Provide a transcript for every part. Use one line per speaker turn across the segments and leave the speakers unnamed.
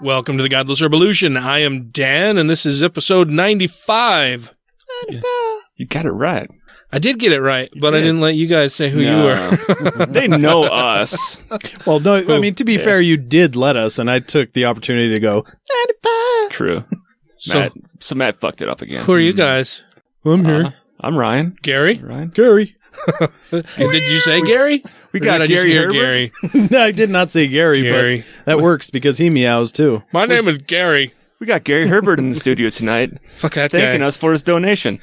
Welcome to the Godless Revolution. I am Dan, and this is episode 95.
You got it right.
I did get it right, but I didn't let you guys say who you were.
they know us.
Well, no, I mean to be fair, you did let us, and I took the opportunity to go.
True.
So-
Matt, so Matt fucked it up again.
Who are you guys?
I'm here,
Uh, I'm Ryan.
Gary?
Ryan.
Gary.
Did you say Gary?
We
Or
got
did I just
Gary
hear
Herbert.
Gary.
no, I did not say Gary,
Gary.
but that works because he meows too.
My name is Gary.
We got Gary Herbert in the studio tonight,
Fuck that
thanking
guy.
us for his donation.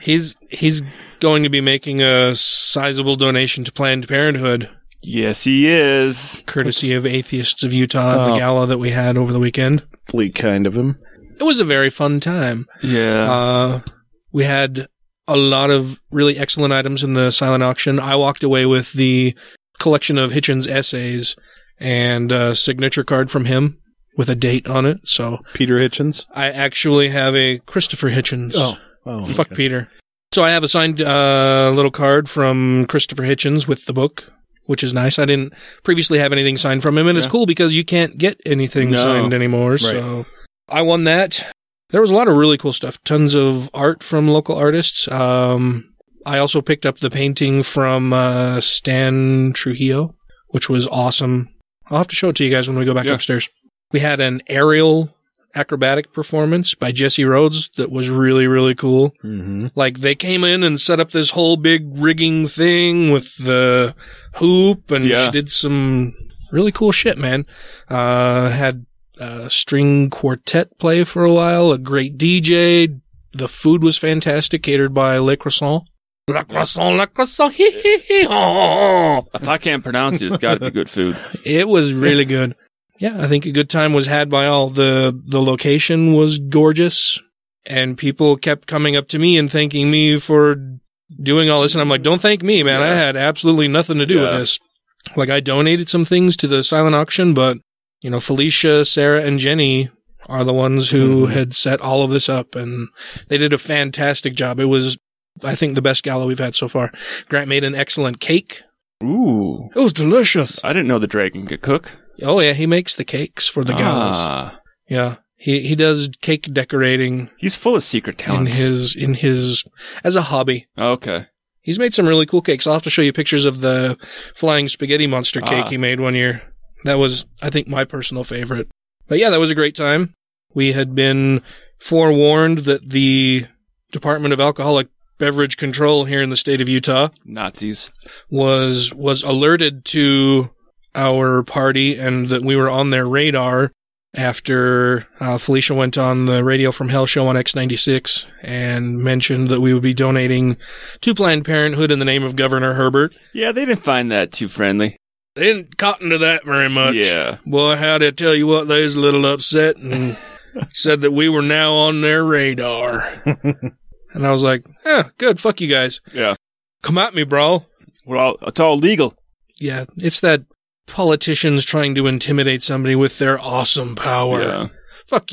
He's he's going to be making a sizable donation to Planned Parenthood,
Yes, he is.
courtesy of Atheists of Utah at the
Oh.
gala that we had over the weekend.
Awfully kind of him.
It was a very fun time.
Yeah.
Uh, we had a lot of really excellent items in the silent auction. I walked away with the collection of Hitchens essays and a signature card from him with a date on it. So
Peter Hitchens.
I actually have a Christopher Hitchens.
Oh,
fuck
okay.
Peter. So I have a signed uh, little card from Christopher Hitchens with the book, which is nice. I didn't previously have anything signed from him, and it's cool because you can't get anything
No.
signed anymore. So I won that. There was a lot of really cool stuff. Tons of art from local artists. Um, I also picked up the painting from uh, Stan Trujillo, which was awesome. I'll have to show it to you guys when we go back
Yeah.
upstairs. We had an aerial acrobatic performance by Jesse Rhodes that was really, really cool.
Mm-hmm.
Mhm.
Like they came in and set up this whole big rigging thing with the hoop and
Yeah.
she did some really cool shit, man. Uh, had a string quartet play for a while, a great DJ. The food was fantastic, catered by Le Croissant. La Croissant, La Croissant, hee hee hee, oh.
if I can't pronounce it, it's got to be good food.
It was really good. Yeah, I think a good time was had by all. The the location was gorgeous and people kept coming up to me and thanking me for doing all this and I'm like, "Don't thank me, man. I had absolutely nothing to do with
Yeah.
this." Like I donated some things to the silent auction, but you know, Felicia, Sarah and Jenny are the ones who had set all of this up and they did a fantastic job. It was I think the best gala we've had so far. Grant made an excellent cake.
Ooh.
It was delicious.
I didn't know the dragon could cook.
Oh yeah, he makes the cakes for the galas.
Ah.
Yeah, he he does cake decorating
He's full of secret
in
talents.
his in his as a hobby.
okay.
He's made some really cool cakes. I'll have to show you pictures of the flying spaghetti monster cake
Ah.
he made one year. That was, I think, my personal favorite. But yeah, that was a great time. We had been forewarned that the Department of Alcoholic Beverage Control here in the state of Utah
Nazis.
was was alerted to our party and that we were on their radar after uh, Felicia went on the Radio from Hell show on X96 and mentioned that we would be donating to Planned Parenthood in the name of Governor Herbert.
Yeah, they didn't find that too friendly.
They didn't cotton to that very much.
Yeah.
Boy, how'd I tell you what, they was a little upset and said that we were now on their radar. and I was like, huh, good, fuck you guys.
Yeah.
Come at me, bro.
We're all, it's all legal.
Yeah, it's that politicians trying to intimidate somebody with their awesome power.
Yeah.
Fuck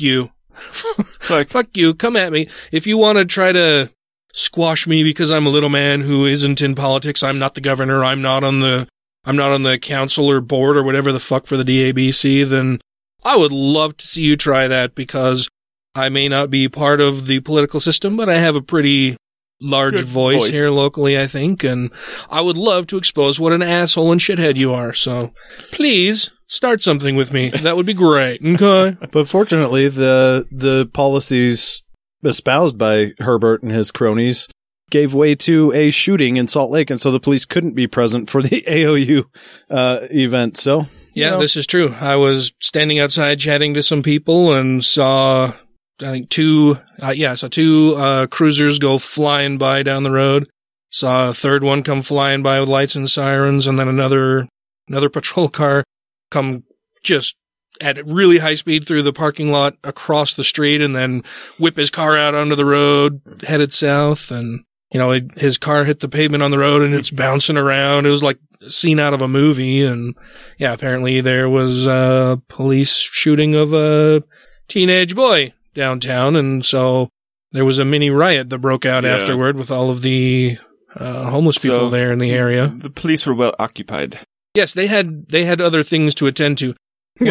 you.
Fuck.
Fuck you. Come at me. If you want to try to squash me because I'm a little man who isn't in politics, I'm not the governor, I'm not on the I'm not on the council or board or whatever the fuck for the DABC, then I would love to see you try that because I may not be part of the political system, but I have a pretty large
Good
voice,
voice.
here locally, I think, and I would love to expose what an asshole and shithead you are. So please start something with me. That would be great. Okay.
But fortunately, the the policies espoused by Herbert and his cronies gave way to a shooting in Salt Lake, and so the police couldn't be present for the AOU uh, event. So
Yeah, this is true. I was standing outside chatting to some people and saw, I think two, uh, yeah, I saw two uh, cruisers go flying by down the road. Saw a third one come flying by with lights and sirens, and then another another patrol car come just at really high speed through the parking lot across the street, and then whip his car out onto the road, headed south, and you know it, his car hit the pavement on the road, and it's bouncing around. It was like a scene out of a movie, and yeah, apparently there was a police shooting of a teenage boy downtown, and so there was a mini riot that broke out
Yeah.
afterward with all of the uh, homeless people
So-
there in the area.
The police were well occupied.
Yes, they had they had other things to attend to. One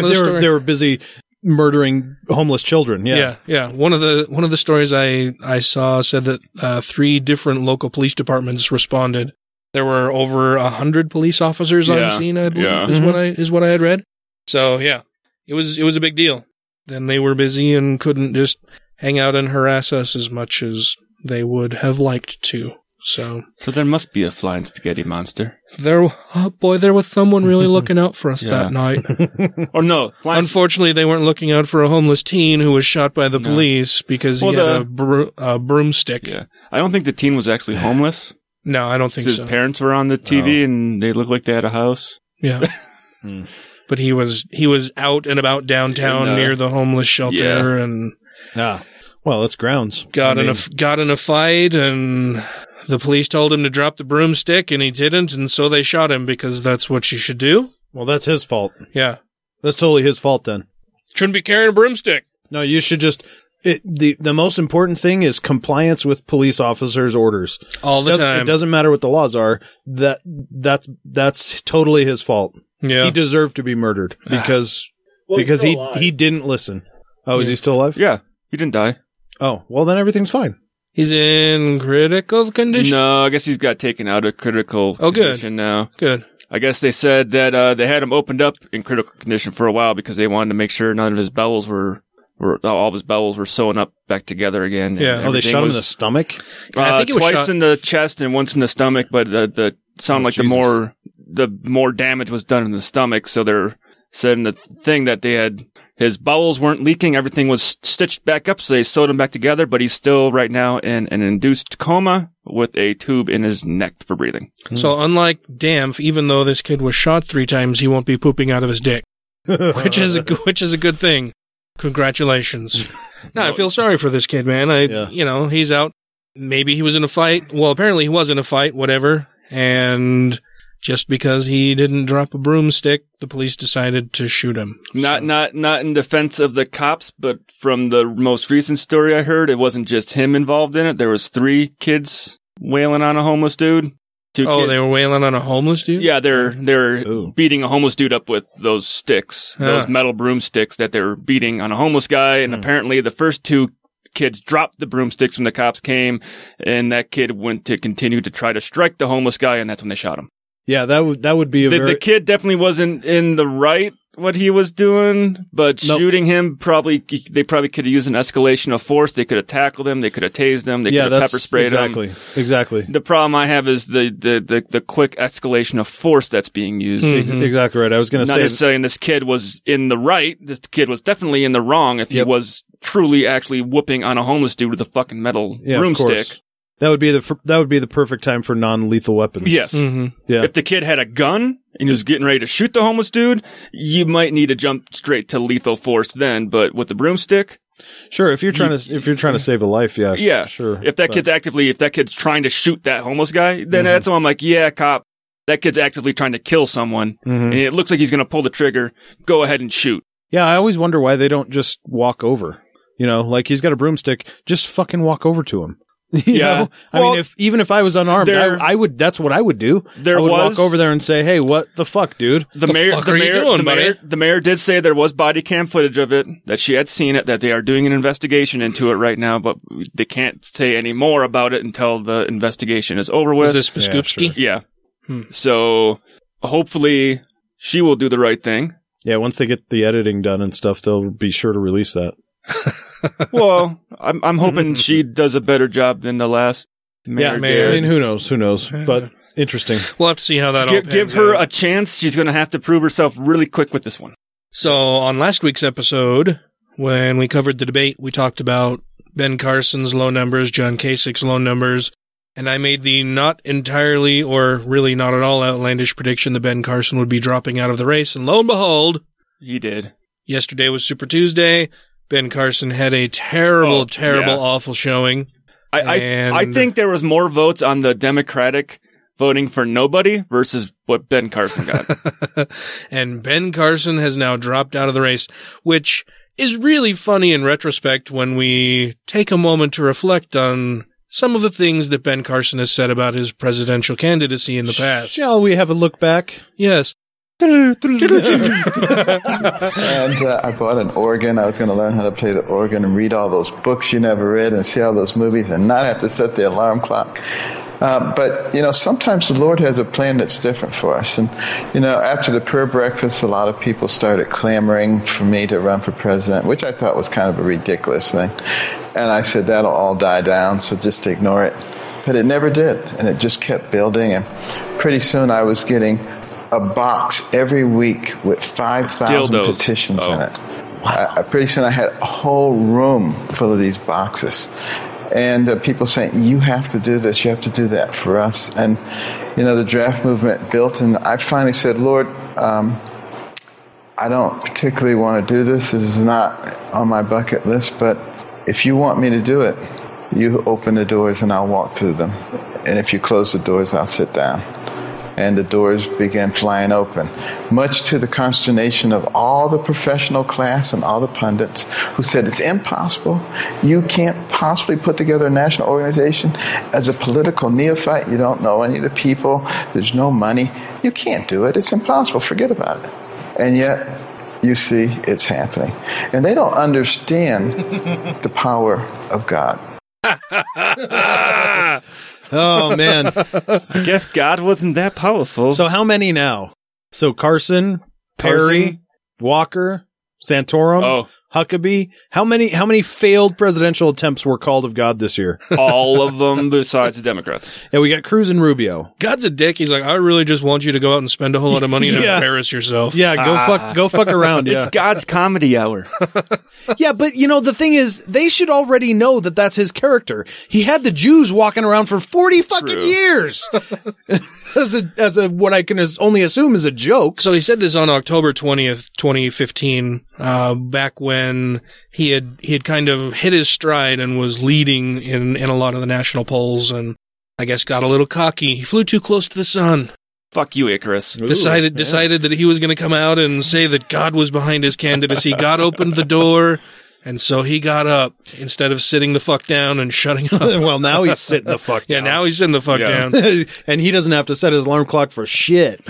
they
of the
were
story-
they were busy murdering homeless children. Yeah.
yeah, yeah. One of the one of the stories I I saw said that uh, three different local police departments responded. There were over a hundred police officers
Yeah,
on scene. I believe
yeah.
is what
Mm-hmm.
I is what I had read. So yeah, it was it was a big deal. Then they were busy and couldn't just hang out and harass us as much as they would have liked to. So
So there must be a flying spaghetti monster.
there, oh boy, there was someone really looking out for us
Yeah.
that night.
Or no, flying
Unfortunately, they weren't looking out for a homeless teen who was shot by the
No.
police because
Well,
he had
the-
a, bro- a broomstick.
Yeah. I don't think the teen was actually homeless.
No, I don't think
his
so.
parents were on the TV and they looked like they had a house.
yeah. Hmm. But he was he was out and about downtown
In, uh,
near the homeless shelter and
Ah, well, that's grounds.
got
I
in a
mean,
f- got in a fight and the police told him to drop the broomstick and he didn't and so they shot him because that's what you should do.
well, that's his fault.
Yeah,
That's totally his fault then.
shouldn't be carrying a broomstick.
No, you should just. It, the the most important thing is compliance with police officers' orders.
All the
Doesn't-
time.
It doesn't matter what the laws are. That that's that's totally his fault.
yeah.
He deserved to be murdered because because he he didn't listen. Oh, is he still alive?
Yeah. He didn't die.
Oh, well then everything's fine.
He's in critical condition.
No, I guess he's got taken out of critical
Oh, good.
condition now.
Good.
I guess they said that uh, they had him opened up in critical condition for a while because they wanted to make sure none of his bowels were, were all of his bowels were sewing up back together again. and
Yeah.
Oh, they
everything
shot him
was-
in the stomach.
I
Uh,
think it was
twice
shot-
in the chest and once in the stomach, but the, the sound
Oh,
like
Jesus.
the more the more damage was done in the stomach. So they're said in the thing that they had his bowels weren't leaking, everything was stitched back up, so they sewed him back together. But he's still right now in an induced coma with a tube in his neck for breathing.
So unlike Damf, even though this kid was shot three times, he won't be pooping out of his dick, which is a, which is a good thing. Congratulations. no, I feel sorry for this kid, man. I
Yeah.
you know he's out. Maybe he was in a fight. Well, apparently he was in a fight. Whatever. And just because he didn't drop a broomstick, the police decided to shoot him.
Not not not in defense of the cops, but from the most recent story I heard, it wasn't just him involved in it. There was three kids wailing on a homeless dude. Two
Oh,
kids-
they were wailing on a homeless dude.
Yeah, they're they're
Ooh.
beating a homeless dude up with those sticks,
Huh.
those metal broomsticks that they're beating on a homeless guy. And
Hmm.
apparently, the first two kids dropped the broomsticks when the cops came, and that kid went to continue to try to strike the homeless guy, and that's when they shot him.
Yeah, that would that would be a
The,
very
the kid definitely wasn't in the right what he was doing, but
Nope.
shooting him probably they probably could have used an escalation of force. They could have tackled him, they could have tased him, they
yeah.
could have
That's
pepper sprayed him.
exactly exactly
The problem I have is the, the, the, the quick escalation of force that's being used.
Ex- exactly right. I was going to
Mm-hmm. not
say
necessarily this kid was in the right. This kid was definitely in the wrong if
Yep.
he was truly actually whooping on a homeless dude with a fucking metal
yeah, of
broomstick.
course. That would be the fir- that would be the perfect time for non lethal weapons.
Yes.
hmm
Yeah.
If the kid had a gun and he was getting ready to shoot the homeless dude, you might need to jump straight to lethal force then. But with the broomstick,
Sure, if you're trying to if you're trying to save a life, yeah,
yeah,
sure.
If that
But- Mm-hmm.
kid's actively, if that kid's trying to shoot that homeless guy, then that's when I'm like, yeah, cop. That kid's actively trying to kill someone,
Mm-hmm.
and it looks like he's going to pull the trigger. Go ahead and shoot.
yeah, I always wonder why they don't just walk over. You know, like he's got a broomstick, just fucking walk over to him. You
Yeah.
know? I
Well,
mean, if even if I was unarmed, I,
there-
I would. That's what I would do.
There
I would
was-
walk over there and say, "Hey, what the fuck, dude?"
The,
The
mayor,
fuck
the
are you
mayor,
doing,
the mayor,
buddy?
the mayor did say there was body cam footage of it that she had seen it. That they are doing an investigation into it right now, but they can't say any more about it until the investigation is over with.
Was this Paskupski?
yeah. So hopefully she will do the right thing.
Yeah, once they get the editing done and stuff, they'll be sure to release that.
well, I'm I'm hoping she does a better job than the last. Mayor
yeah,
did.
I mean, who knows? Who knows? But interesting.
We'll have to see how that all
Give,
pans
give her
out.
a chance. She's going to have to prove herself really quick with this one.
So on last week's episode, when we covered the debate, we talked about Ben Carson's low numbers, John Kasich's low numbers, and I made the not entirely or really not at all outlandish prediction that Ben Carson would be dropping out of the race. And lo and behold,
He did.
yesterday was Super Tuesday. Ben Carson had a terrible,
Oh,
terrible,
yeah.
awful showing.
I I, I
And-
think there was more votes on the Democratic voting for nobody versus what Ben Carson got.
and Ben Carson has now dropped out of the race, which is really funny in retrospect when we take a moment to reflect on some of the things that Ben Carson has said about his presidential candidacy in the past.
Shall we have a look back?
Yes.
And uh, I bought an organ. I was going to learn how to play the organ and read all those books you never read and see all those movies and not have to set the alarm clock. Uh, but, you know, sometimes the Lord has a plan that's different for us. And, you know, after the prayer breakfast, a lot of people started clamoring for me to run for president, which I thought was kind of a ridiculous thing. And I said, that'll all die down, so just ignore it. But it never did. And it just kept building. And pretty soon I was getting a box every week with 5,000
Dildos.
petitions
Oh.
in it. I, I, pretty soon I had a whole room full of these boxes. And uh, people saying, you have to do this, you have to do that for us. And, you know, the draft movement built, and I finally said, Lord, um, I don't particularly want to do this. This is not on my bucket list, but if you want me to do it, you open the doors and I'll walk through them. And if you close the doors, I'll sit down and the doors began flying open, much to the consternation of all the professional class and all the pundits who said, It's impossible. You can't possibly put together a national organization. As a political neophyte, you don't know any of the people, there's no money. You can't do it. It's impossible. Forget about it. And yet, you see, it's happening. And they don't understand the power of God.
Oh man!
I guess God wasn't that powerful.
so how many now? So Carson, Perry,
Carson.
Walker, Santorum,
oh,
Huckabee. How many? How many failed presidential attempts were called of God this year?
all of them besides the Democrats.
yeah, we got Cruz and Rubio.
God's a dick. He's like, I really just want you to go out and spend a whole lot of money and
Yeah.
embarrass yourself.
Yeah, go fuck, go fuck around. Yeah,
It's God's comedy hour.
Yeah, but you know, the thing is, they should already know that that's his character. He had the Jews walking around for 40 fucking
True.
years. as a, as a, what I can as- only assume is a joke.
So he said this on October 20th, 2015, uh, back when he had, he had kind of hit his stride and was leading in, in a lot of the national polls and I guess got a little cocky. He flew too close to the sun,
Fuck you, Icarus.
decided, decided that he was going to come out and say that God was behind his candidacy. God opened the door. And so he got up instead of sitting the fuck down and shutting up.
well, now he's sitting the fuck
Yeah, now he's sitting the fuck
Yeah.
down.
and he doesn't have to set his alarm clock for shit.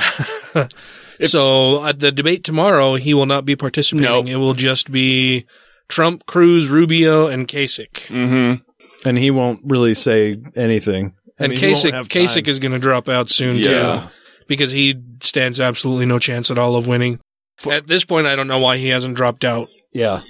so at the debate tomorrow, he will not be participating.
Nope.
It will just be Trump, Cruz, Rubio, and Kasich.
Mm-hmm.
And he won't really say anything. I
and
mean, he won't
Kasich,
have time.
Kasich is going to drop out soon
Yeah.
too, because he stands absolutely no chance at all of winning. at this point, I don't know why he hasn't dropped out
Yeah.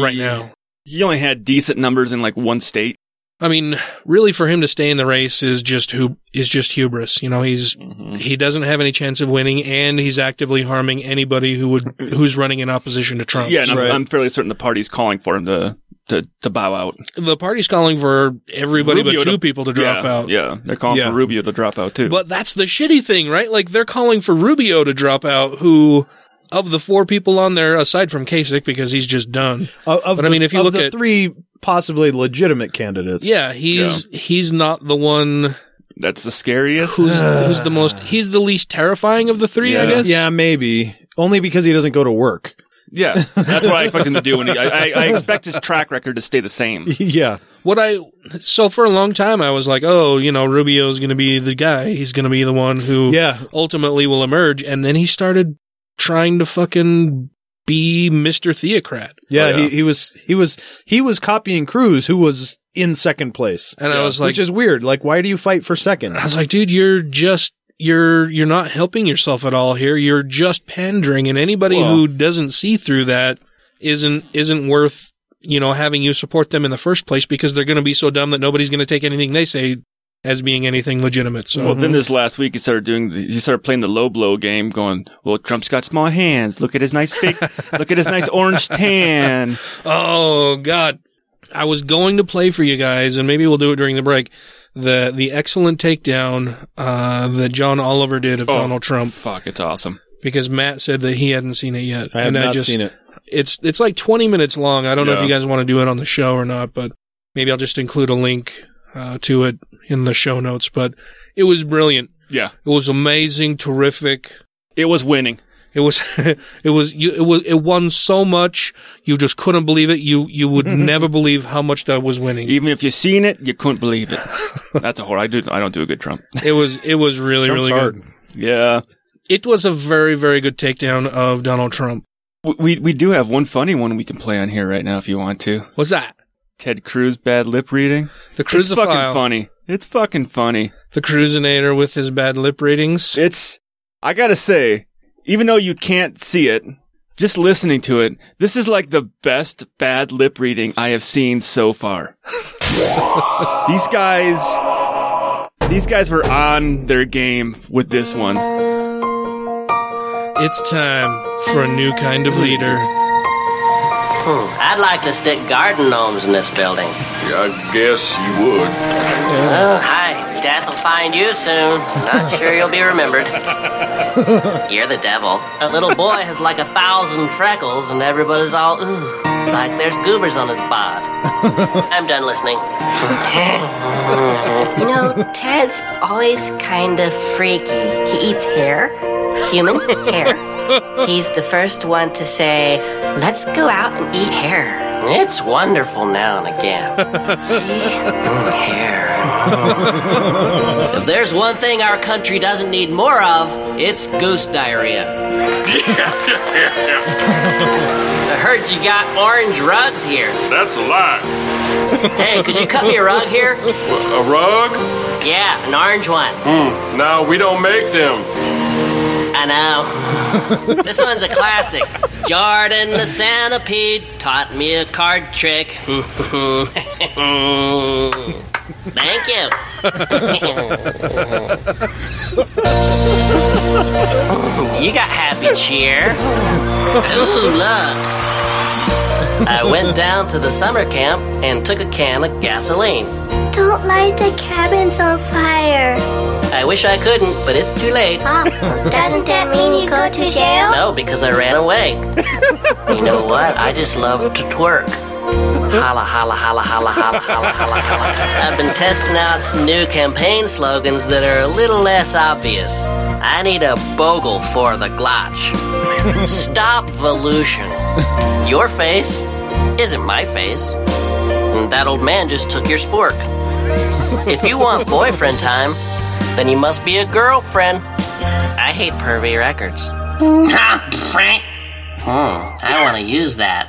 right now.
He only had decent numbers in like one state.
I mean, really, for him to stay in the race is just who is just hubris. You know, he's he doesn't have any chance of winning, and he's actively harming anybody who would who's running in opposition to Trump.
Yeah, and I'm,
Right.
I'm fairly certain the party's calling for him to to, to bow out.
the party's calling for everybody
Rubio
but two
to-
people to drop
yeah,
out.
Yeah, they're calling
Yeah.
for Rubio to drop out too.
But that's the shitty thing, right? Like they're calling for Rubio to drop out, who of the four people on there, aside from Kasich, because he's just done.
Of, of
But I
the-
mean, if you
of
look
the
at-
three possibly legitimate candidates.
Yeah, he's he's not the one
That's the scariest.
who's who's the most he's the least terrifying of the three, I
Yeah.
guess.
Yeah, maybe. Only because he doesn't go to work.
yeah, that's what I expect him to do. When he, I, I, I expect his track record to stay the same.
yeah.
What I so for a long time I was like, oh, you know, Rubio's going to be the guy. He's going to be the one who
Yeah.
ultimately will emerge. And then he started trying to fucking be Mister Theocrat.
Yeah,
Oh, yeah.
He, he was he was he was copying Cruz, who was in second place,
And I was like,
which is weird. Like, why do you fight for second?
I was like, dude, you're just you're you're not helping yourself at all here. You're just pandering, and anybody
Well-
who doesn't see through that isn't isn't worth you know having you support them in the first place because they're going to be so dumb that nobody's going to take anything they say as being anything legitimate. So
Well, then this last week he started doing. The, he started playing the low blow game, going, "Well, Trump's got small hands. Look at his nice fake. look at his nice orange tan."
Oh God, I was going to play for you guys, and maybe we'll do it during the break. The the excellent takedown uh, that John Oliver did of
Oh,
Donald Trump
Fuck, it's awesome.
because Matt said that he hadn't seen it yet,
I have not seen it.
It's it's like twenty minutes long. I don't know if
Yeah.
you guys want to do it on the show or not, but maybe I'll just include a link uh, to it in the show notes. But it was brilliant.
Yeah,
It was amazing, terrific.
it was winning.
It was, it was, you, it was, it won so much you just couldn't believe it. You you would never believe how much that was winning.
Even if you seen it, you couldn't believe it. That's a horror. I do. I don't do a good Trump.
It was it was really really good.
Yeah,
It was a very very good takedown of Donald Trump.
we we- we do have one funny one we can play on here right now if you want to.
What's that?
Ted Cruz bad lip reading.
The
It's fucking
Cruzophile,
funny. It's fucking funny.
the Cruzinator with his bad lip readings.
It's, I gotta say, even though you can't see it, just listening to it, this is like the best bad lip reading I have seen so far. these guys, these guys were on their game with this one.
It's time for a new kind of leader.
Hmm. I'd like to stick garden gnomes in this building.
I guess you would.
Oh, hi. Death will find you soon. Not sure you'll be remembered. You're the devil. A little boy has like a thousand freckles, and everybody's all ooh, like there's goobers on his bod. I'm done listening.
You know, Ted's always kind of freaky. He eats hair, human hair. He's the first one to say, let's go out and eat hair.
It's wonderful now and again. See? Mm, hair. if there's one thing our country doesn't need more of, it's goose diarrhea. I heard you got orange rugs here.
That's a lie.
Hey, could you cut me a rug here?
A rug? Hmm,
Yeah, an orange one.
Now we don't make them.
I know. this one's a classic. Jordan the centipede taught me a card trick. Thank you. you got happy cheer. Ooh, look. I went down to the summer camp and took a can of gasoline.
Don't light the cabins on fire.
I wish I couldn't, but it's too late.
Doesn't that mean you go to jail?
No, because I ran away. you know what? I just love to twerk. Holla, holla, holla, holla, holla, holla, holla, holla. I've been testing out some new campaign slogans that are a little less obvious. I need a bogle for the glotch. Stop volution. Your face isn't my face. And that old man just took your spork. If you want boyfriend time, then you must be a girlfriend. I hate pervy records. Frank. Hmm, I want to use that.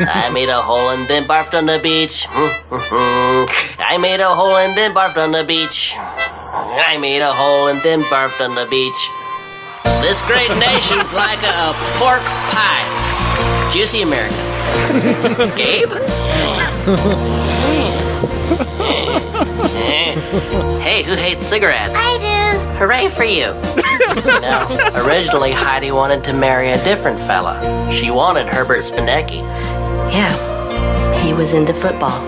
I made a hole and then barfed on the beach. I made a hole and then barfed on the beach. I made a hole and then barfed on the beach. This great nation's like a, a pork pie. Juicy America. Gabe? hey, who hates cigarettes?
I do.
Hooray for you! now, originally Heidi wanted to marry a different fella. She wanted Herbert Spinecki.
Yeah, he was into football.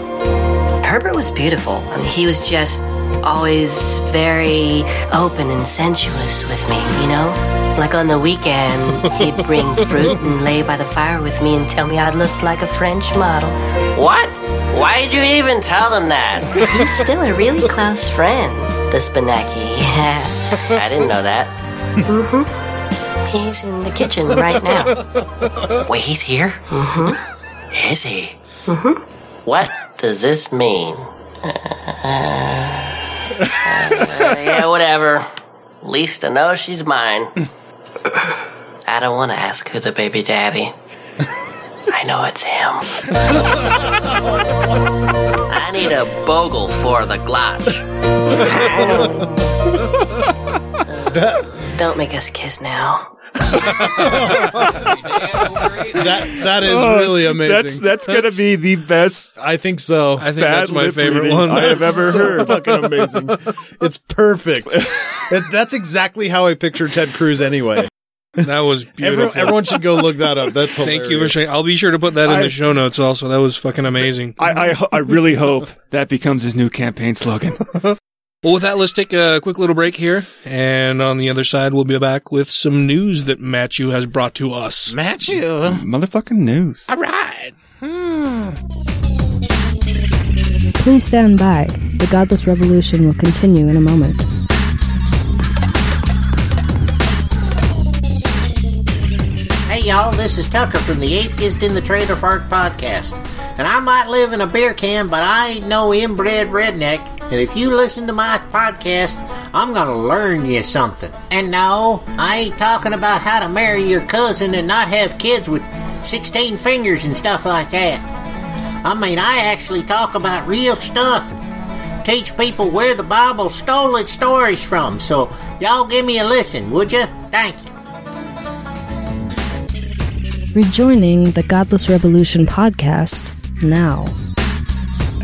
Herbert was beautiful. I mean, he was just always very open and sensuous with me, you know? Like on the weekend, he'd bring fruit and lay by the fire with me and tell me I looked like a French model.
What? Why did you even tell them that?
He's still a really close friend, the Spinaki. Yeah.
I didn't know that.
He's in the kitchen right now.
Wait, he's here? Mm-hmm. Is he? Mm-hmm. What does this mean? Uh, yeah, whatever. At least I know she's mine. I don't want to ask who the baby daddy. I know it's him. I need a bogle for the glotch.
Don't make us kiss now.
that that is
Oh,
really amazing.
that's- that's gonna
be the best. I think so. I
think that's my favorite one. I have ever heard.
Fucking amazing. it's perfect. It- that's exactly how I picture Ted Cruz anyway.
That was beautiful.
Everyone, everyone should go look that up. That's hilarious.
Thank you for sharing. I'll be sure to put that in
I-
the show notes. Also, that was fucking amazing.
I, I, ho- I really hope that becomes his new campaign slogan.
Well, with that, let's take a quick little break here, and on the other side, we'll be back with some news that Matthew has brought to us.
Matthew,
motherfucking news.
All right.
Please stand by. The Godless Revolution will continue in a moment.
Hey y'all, this is Tucker from the Atheist in the Trailer Park podcast. And I might live in a beer can, but I ain't no inbred redneck. And if you listen to my podcast, I'm gonna learn you something. And no, I ain't talking about how to marry your cousin and not have kids with 16 fingers and stuff like that. I mean, I actually talk about real stuff. Teach people where the Bible stole its stories from. So y'all give me a listen, would you? Thank you.
Rejoining the Godless Revolution podcast now.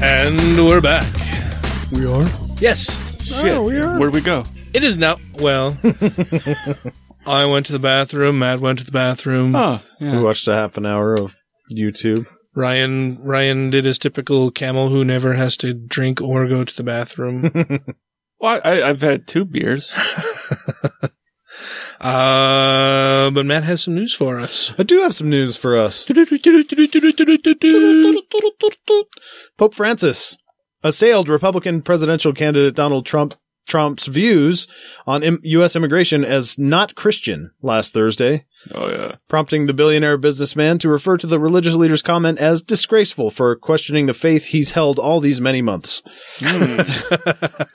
And we're back. We are. Yes.
Shit. we are. Where'd we go?
It is now. Well, I went to the bathroom. Matt went to the bathroom.
We watched a half an hour of YouTube.
Ryan Ryan did his typical camel who never has to drink or go to the bathroom.
Well, I, I've had two beers.
uh, but Matt has some news for us.
I do have some news for us. Pope Francis assailed Republican presidential candidate Donald Trump Trump's views on im- U.S. immigration as not Christian last Thursday.
Oh yeah,
prompting the billionaire businessman to refer to the religious leader's comment as disgraceful for questioning the faith he's held all these many months.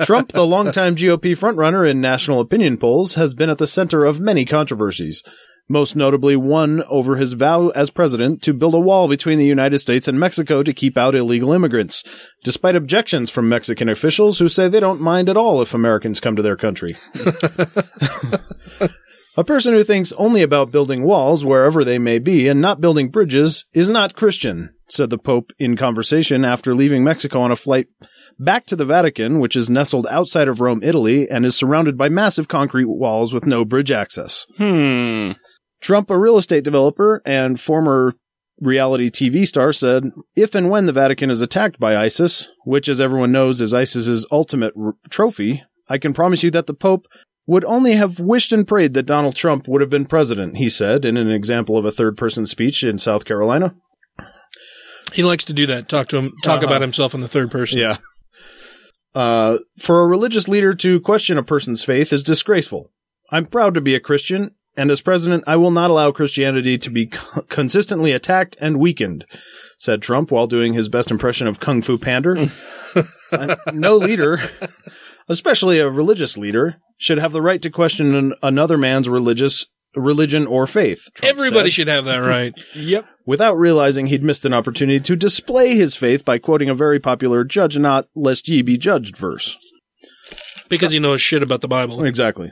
Trump, the longtime GOP frontrunner in national opinion polls, has been at the center of many controversies. Most notably, one over his vow as president to build a wall between the United States and Mexico to keep out illegal immigrants, despite objections from Mexican officials who say they don't mind at all if Americans come to their country. A person who thinks only about building walls wherever they may be and not building bridges is not Christian, said the Pope in conversation after leaving Mexico on a flight back to the Vatican, which is nestled outside of Rome, Italy, and is surrounded by massive concrete walls with no bridge access.
Hmm.
Trump, a real estate developer and former reality TV star, said if and when the Vatican is attacked by ISIS, which, as everyone knows, is ISIS's ultimate r- trophy, I can promise you that the Pope would only have wished and prayed that Donald Trump would have been president, he said in an example of a third person speech in South Carolina.
He likes to do that. Talk to him. Talk
Uh-huh.
about himself in the third person.
Yeah. Uh, for a religious leader to question a person's faith is disgraceful. I'm proud to be a Christian, and as president, I will not allow Christianity to be co- consistently attacked and weakened, said Trump while doing his best impression of Kung Fu Panda. Uh, no leader, especially a religious leader, should have the right to question an- another man's religious religion or faith. Trump
Everybody
said
should have that right.
yep. Without realizing he'd missed an opportunity to display his faith by quoting a very popular judge not lest ye be judged verse.
because he knows shit about the Bible.
Exactly.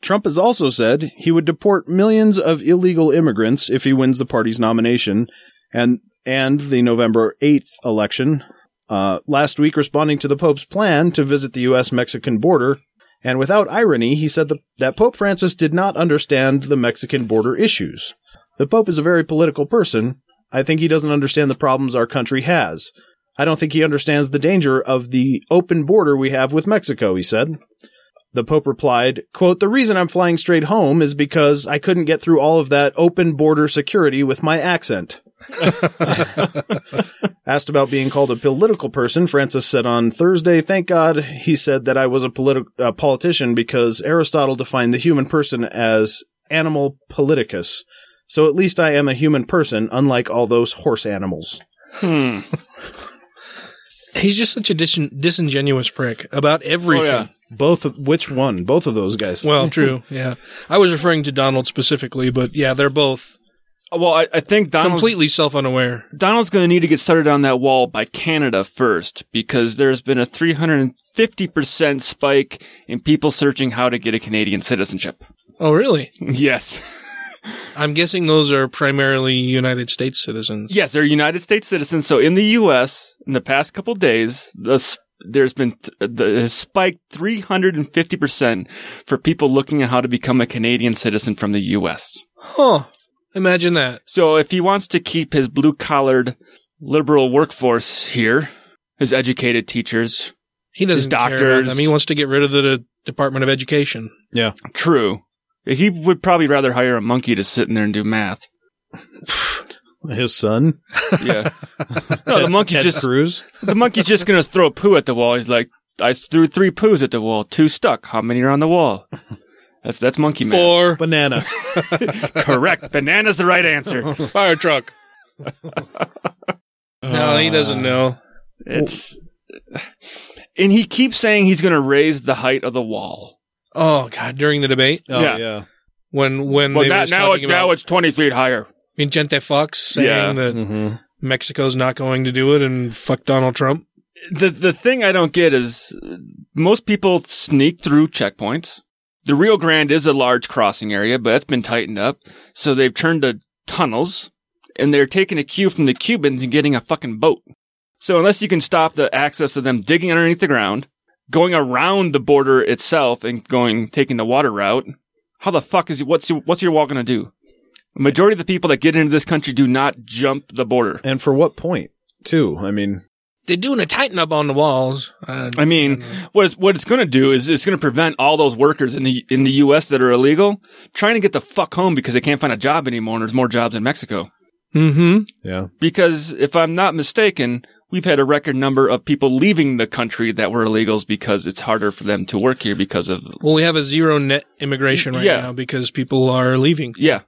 Trump has also said he would deport millions of illegal immigrants if he wins the party's nomination and and the November 8th election. Uh, last week, responding to the Pope's plan to visit the U.S. Mexican border, and without irony, he said the, that Pope Francis did not understand the Mexican border issues. The Pope is a very political person. I think he doesn't understand the problems our country has. I don't think he understands the danger of the open border we have with Mexico, he said. The Pope replied, quote, The reason I'm flying straight home is because I couldn't get through all of that open border security with my accent. Asked about being called a political person, Francis said on Thursday, Thank God he said that I was a politi- uh, politician because Aristotle defined the human person as animal politicus. So at least I am a human person, unlike all those horse animals.
Hmm.
He's just such a dis- disingenuous prick about everything.
Oh,
Both, of- which one? Both of those guys.
Well, true. Yeah. I was referring to Donald specifically, but yeah, they're both
Well, I, I think Donald's
completely self unaware.
Donald's going to need to get started on that wall by Canada first because there's been a 350% spike in people searching how to get a Canadian citizenship.
Oh, really?
Yes.
I'm guessing those are primarily United States citizens.
Yes, they're United States citizens. So in the U.S., in the past couple days, the, s- there's been t- the it has spiked 350% for people looking at how to become a Canadian citizen from the U.S.
Huh. Imagine that.
So if he wants to keep his blue collared liberal workforce here, his educated teachers,
He
his
doesn't
doctors,
care about them. He wants to get rid of the Department of Education.
Yeah.
True. He would probably rather hire a monkey to sit in there and do math.
His son.
Yeah. no, the
Ted-
monkey's
Ted
just
Cruz?
The monkey's just gonna throw poo at the wall. He's like, I threw three poos at the wall. Two stuck. How many are on the wall? That's that's monkey man.
Four
banana.
Correct. Banana's the right answer.
Fire truck. no, he doesn't know.
It's and he keeps saying he's gonna raise the height of the wall.
Oh God! During the debate,
Oh, Yeah. yeah.
when when
Well,
they were
now-
just
now
talking
it- now
about
it's twenty feet higher.
Vicente Fox saying
Yeah.
that Mexico's not going to do it and fuck Donald Trump.
the the thing I don't get is uh, most people sneak through checkpoints. The Rio Grande is a large crossing area, but that's been tightened up, so they've turned to tunnels, and they're taking a cue from the Cubans and getting a fucking boat. So unless you can stop the access of them digging underneath the ground, going around the border itself, and going taking the water route, how the fuck is what's your, what's your wall gonna do? The majority of the people that get into this country do not jump the border.
And for what point, too? I mean,
They're doing a tighten up on the walls. Uh,
I mean, what it's, what it's going to do is it's going to prevent all those workers in the in the U.S. that are illegal trying to get the fuck home because they can't find a job anymore, and there's more jobs in Mexico.
Mm-hmm.
Yeah.
Because if I'm not mistaken, we've had a record number of people leaving the country that were illegals because it's harder for them to work here because of
Well, we have a zero net immigration right
Yeah.
now because people are leaving.
yeah,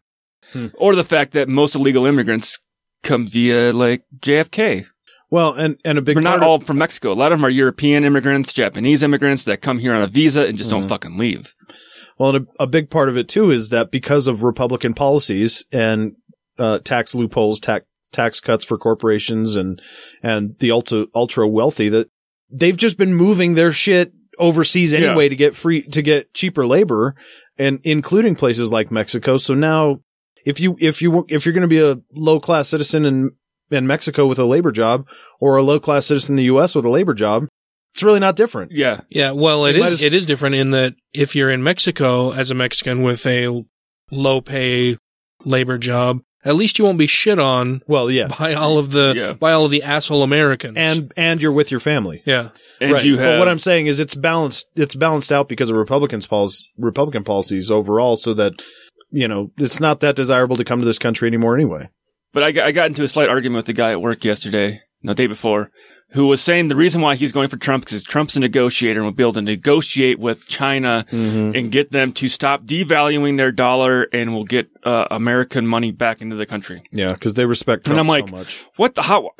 Hmm.
or the fact that most illegal immigrants come via like JFK.
Well, and and a big
We're not
part of-
all from Mexico. A lot of them are European immigrants, Japanese immigrants that come here on a visa and just
Hmm.
don't fucking leave.
Well, and a, a big part of it too is that because of Republican policies and uh, tax loopholes, tax tax cuts for corporations, and and the ultra ultra wealthy, that they've just been moving their shit overseas
Yeah.
anyway to get free to get cheaper labor, and including places like Mexico. So now, if you if you if you're going to be a low class citizen in in Mexico with a labor job, or a low class citizen in the U.S. with a labor job, it's really not different.
Yeah.
Yeah. Well, it
You might
is.
as-
It is different in that if you're in Mexico as a Mexican with a low pay labor job, at least you won't be shit on.
Well, yeah.
By all of the by all of the asshole Americans.
And and you're with your family.
yeah.
right. but what I'm saying is it's balanced. It's balanced out because of Republicans' policy, Republican policies overall, so that you know it's not that desirable to come to this country anymore anyway.
But I, got- I got into a slight argument with the guy at work yesterday, no, day before, who was saying the reason why he's going for Trump because Trump's a negotiator and will be able to negotiate with China and get them to stop devaluing their dollar and will get uh, American money back into the country.
Yeah, because they respect
and
Trump
I'm like,
so much.
what the how?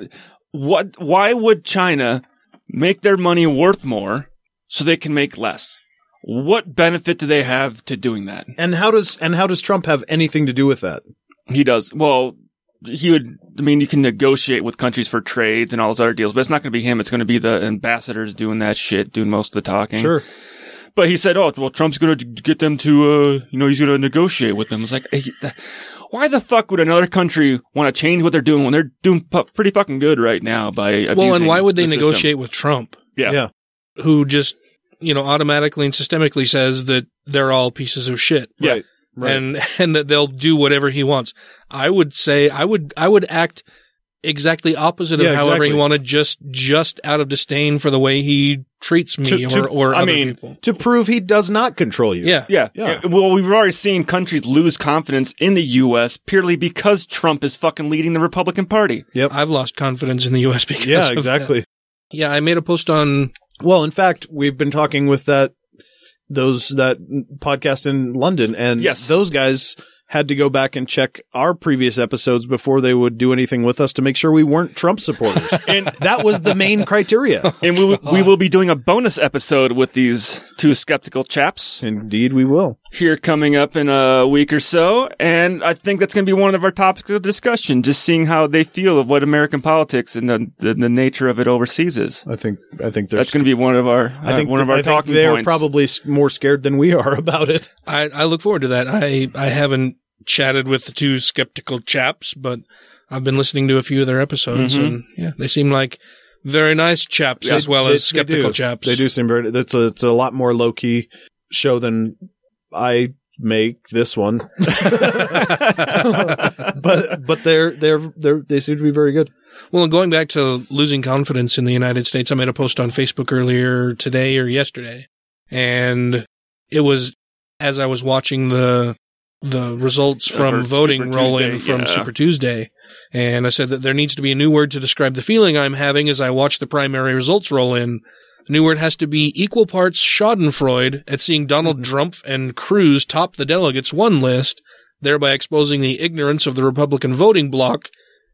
What? Why would China make their money worth more so they can make less? What benefit do they have to doing that?
And how does and how does Trump have anything to do with that?
He does. Well, he would. I mean, you can negotiate with countries for trades and all those other deals, but it's not going to be him. It's going to be the ambassadors doing that shit, doing most of the talking.
Sure.
But he said, "Oh, well, Trump's going to get them to, uh, you know, he's going to negotiate with them." It's like, eh, th- why the fuck would another country want to change what they're doing when they're doing pu- pretty fucking good right now? By
Well, and why would they
negotiate
negotiate with Trump?
Yeah. Yeah.
Who just, you know, automatically and systemically says that they're all pieces of shit.
Yeah. Right, right.
And and that they'll do whatever he wants. I would say I would I would act exactly opposite of
Yeah,
however he
exactly.
wanted just just out of disdain for the way he treats me or, or other people.
to prove he does not control you.
Yeah.
Yeah. Yeah. Well, we've already seen countries lose confidence in the U.S. purely because Trump is fucking leading the Republican Party.
Yep.
I've lost confidence in the US because
Yeah,
of that.
exactly.
Yeah, I made a post on.
Well, in fact, we've been talking with that those that podcast in London, and yes. those guys had to go back and check our previous episodes before they would do anything with us to make sure we weren't Trump supporters. and that was the main criteria.
And we, we will be doing a bonus episode with these two skeptical chaps.
Indeed, we will.
Here coming up in a week or so. And I think that's going to be one of our topics of discussion, just seeing how they feel of what American politics and the, the, the nature of it overseas is.
I think, I think
that's going to be one of our, uh,
I think
one of
th-
our
I think
talking
they're
points.
probably s- more scared than we are about it.
I, I look forward to that. I, I haven't chatted with the two skeptical chaps, but I've been listening to a few of their episodes,
Mhm.
and yeah, they seem like very nice chaps as well
They-
as
they
skeptical
do.
chaps.
They do seem very. It's a, it's a lot more low key show than I make this one. but but they're they're they're they seem to be very good.
Well, going back to losing confidence in the United States, I made a post on Facebook earlier today or yesterday, and it was as I was watching the the results
Uh,
from
for
voting
Super
roll in
Tuesday,
from
yeah.
Super Tuesday, and I said that there needs to be a new word to describe the feeling I'm having as I watch the primary results roll in. The new word has to be equal parts Schadenfreude at seeing
Mm-hmm.
Donald Trump and Cruz top the delegates one list, thereby exposing the ignorance of the Republican voting bloc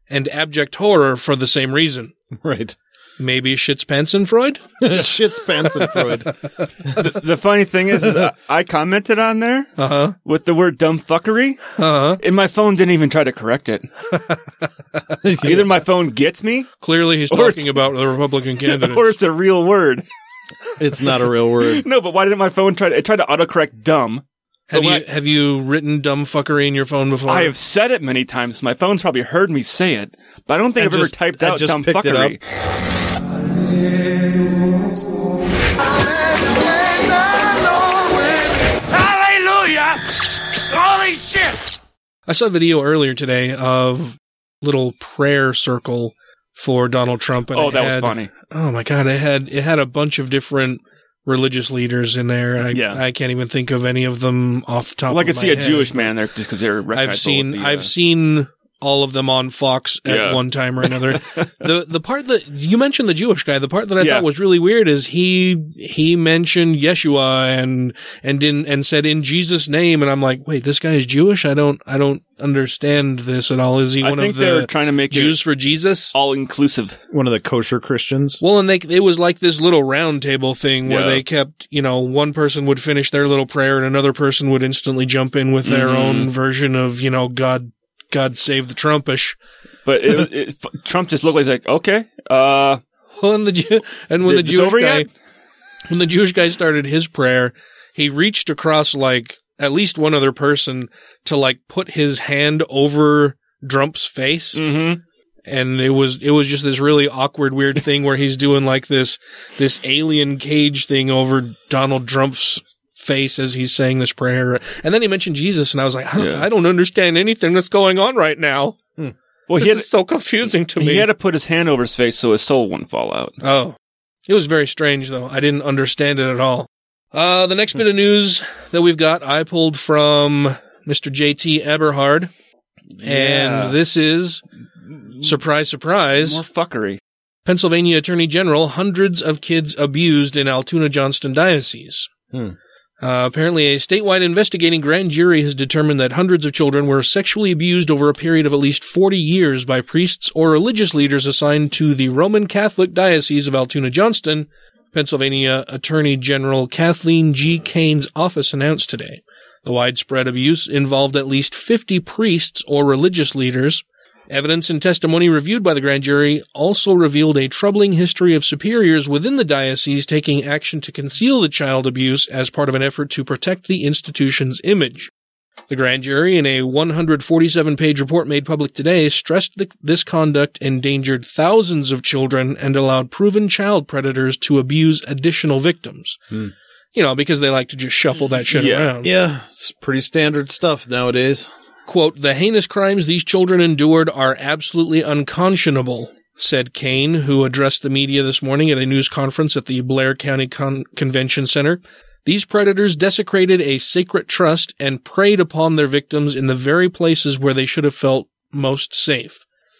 and abject horror for the same reason.
Right.
Maybe shits pants and Freud?
shits pants and Freud.
the, the funny thing is, is I- I commented on there
uh-huh.
with the word dumb fuckery,
uh-huh.
and my phone didn't even try to correct it. Either my phone gets me,
Clearly, he's
Or it's-
talking about the Republican candidates.
or it's a real word.
It's not a real word.
no, but why didn't my phone try to? It tried to autocorrect dumb.
have
But
you
when
have you written dumb fuckery in your phone before?
I, I have said it many times. My phone's probably heard me say it, but I don't think
I
I've
just-
ever typed
I
out
just
dumb
picked it
fuckery.
Hallelujah! Holy shit!
I saw a video earlier today of little prayer circle for Donald Trump. And
Oh,
it
that was
had-
funny.
Oh my god, it had it had a bunch of different religious leaders in there. I,
Yeah.
I can't even think of any of them off the top.
Well, I
of
could
my
see a
head.
Jewish man there just because they're.
I've
recognizable
seen
with the, uh,
I've seen all of them on Fox at
Yeah.
one time or another. the the part that you mentioned the Jewish guy, the part that I
Yeah.
thought was really weird is he he mentioned Yeshua and and didn't and said in Jesus name and I'm like, wait, this guy is Jewish? I don't I don't understand this at all. Is he
I
one
think
of
they're
the
trying to make
Jews for Jesus
all inclusive.
One of the kosher Christians.
well, and they it was like this little round table thing where
Yeah.
they kept, you know, one person would finish their little prayer and another person would instantly jump in with their
Mhm.
own version of, you know, God, God save the Trumpish.
But it, was- it, f- Trump just looked like, he's like okay. Uh,
well, and the Jew- and when the
it's
Jewish
over
guy,
yet?
when the Jewish guy started his prayer, he reached across like at least one other person to like put his hand over Trump's face.
Mm-hmm.
And it was it was just this really awkward, weird thing where he's doing like this this alien cage thing over Donald Trump's face as he's saying this prayer. And then he mentioned Jesus, and I was like, I don't,
Yeah.
I don't understand anything that's going on right now.
Well,
this
he had-
is so confusing to me.
He had to put his hand over his face so his soul wouldn't fall out.
Oh, it was very strange though. I didn't understand it at all. Uh, the next bit of news that we've got, I pulled from Mr. JT Eberhard,
Yeah.
and this is surprise, surprise, more
fuckery.
Pennsylvania Attorney General: hundreds of kids abused in Altoona Johnston Diocese. Uh, apparently, a statewide investigating grand jury has determined that hundreds of children were sexually abused over a period of at least 40 years by priests or religious leaders assigned to the Roman Catholic Diocese of Altoona Johnston, Pennsylvania Attorney General Kathleen G. Kane's office announced today. The widespread abuse involved at least 50 priests or religious leaders. Evidence and testimony reviewed by the grand jury also revealed a troubling history of superiors within the diocese taking action to conceal the child abuse as part of an effort to protect the institution's image. The grand jury, in a 147 page report made public today, stressed that this conduct endangered thousands of children and allowed proven child predators to abuse additional victims. You know, because they like to just shuffle that shit
yeah.
around.
Yeah, it's pretty standard stuff nowadays.
Quote, the heinous crimes these children endured are absolutely unconscionable, said Kane, who addressed the media this morning at a news conference at the Blair County Con- Convention Center. These predators desecrated a sacred trust and preyed upon their victims in the very places where they should have felt most safe.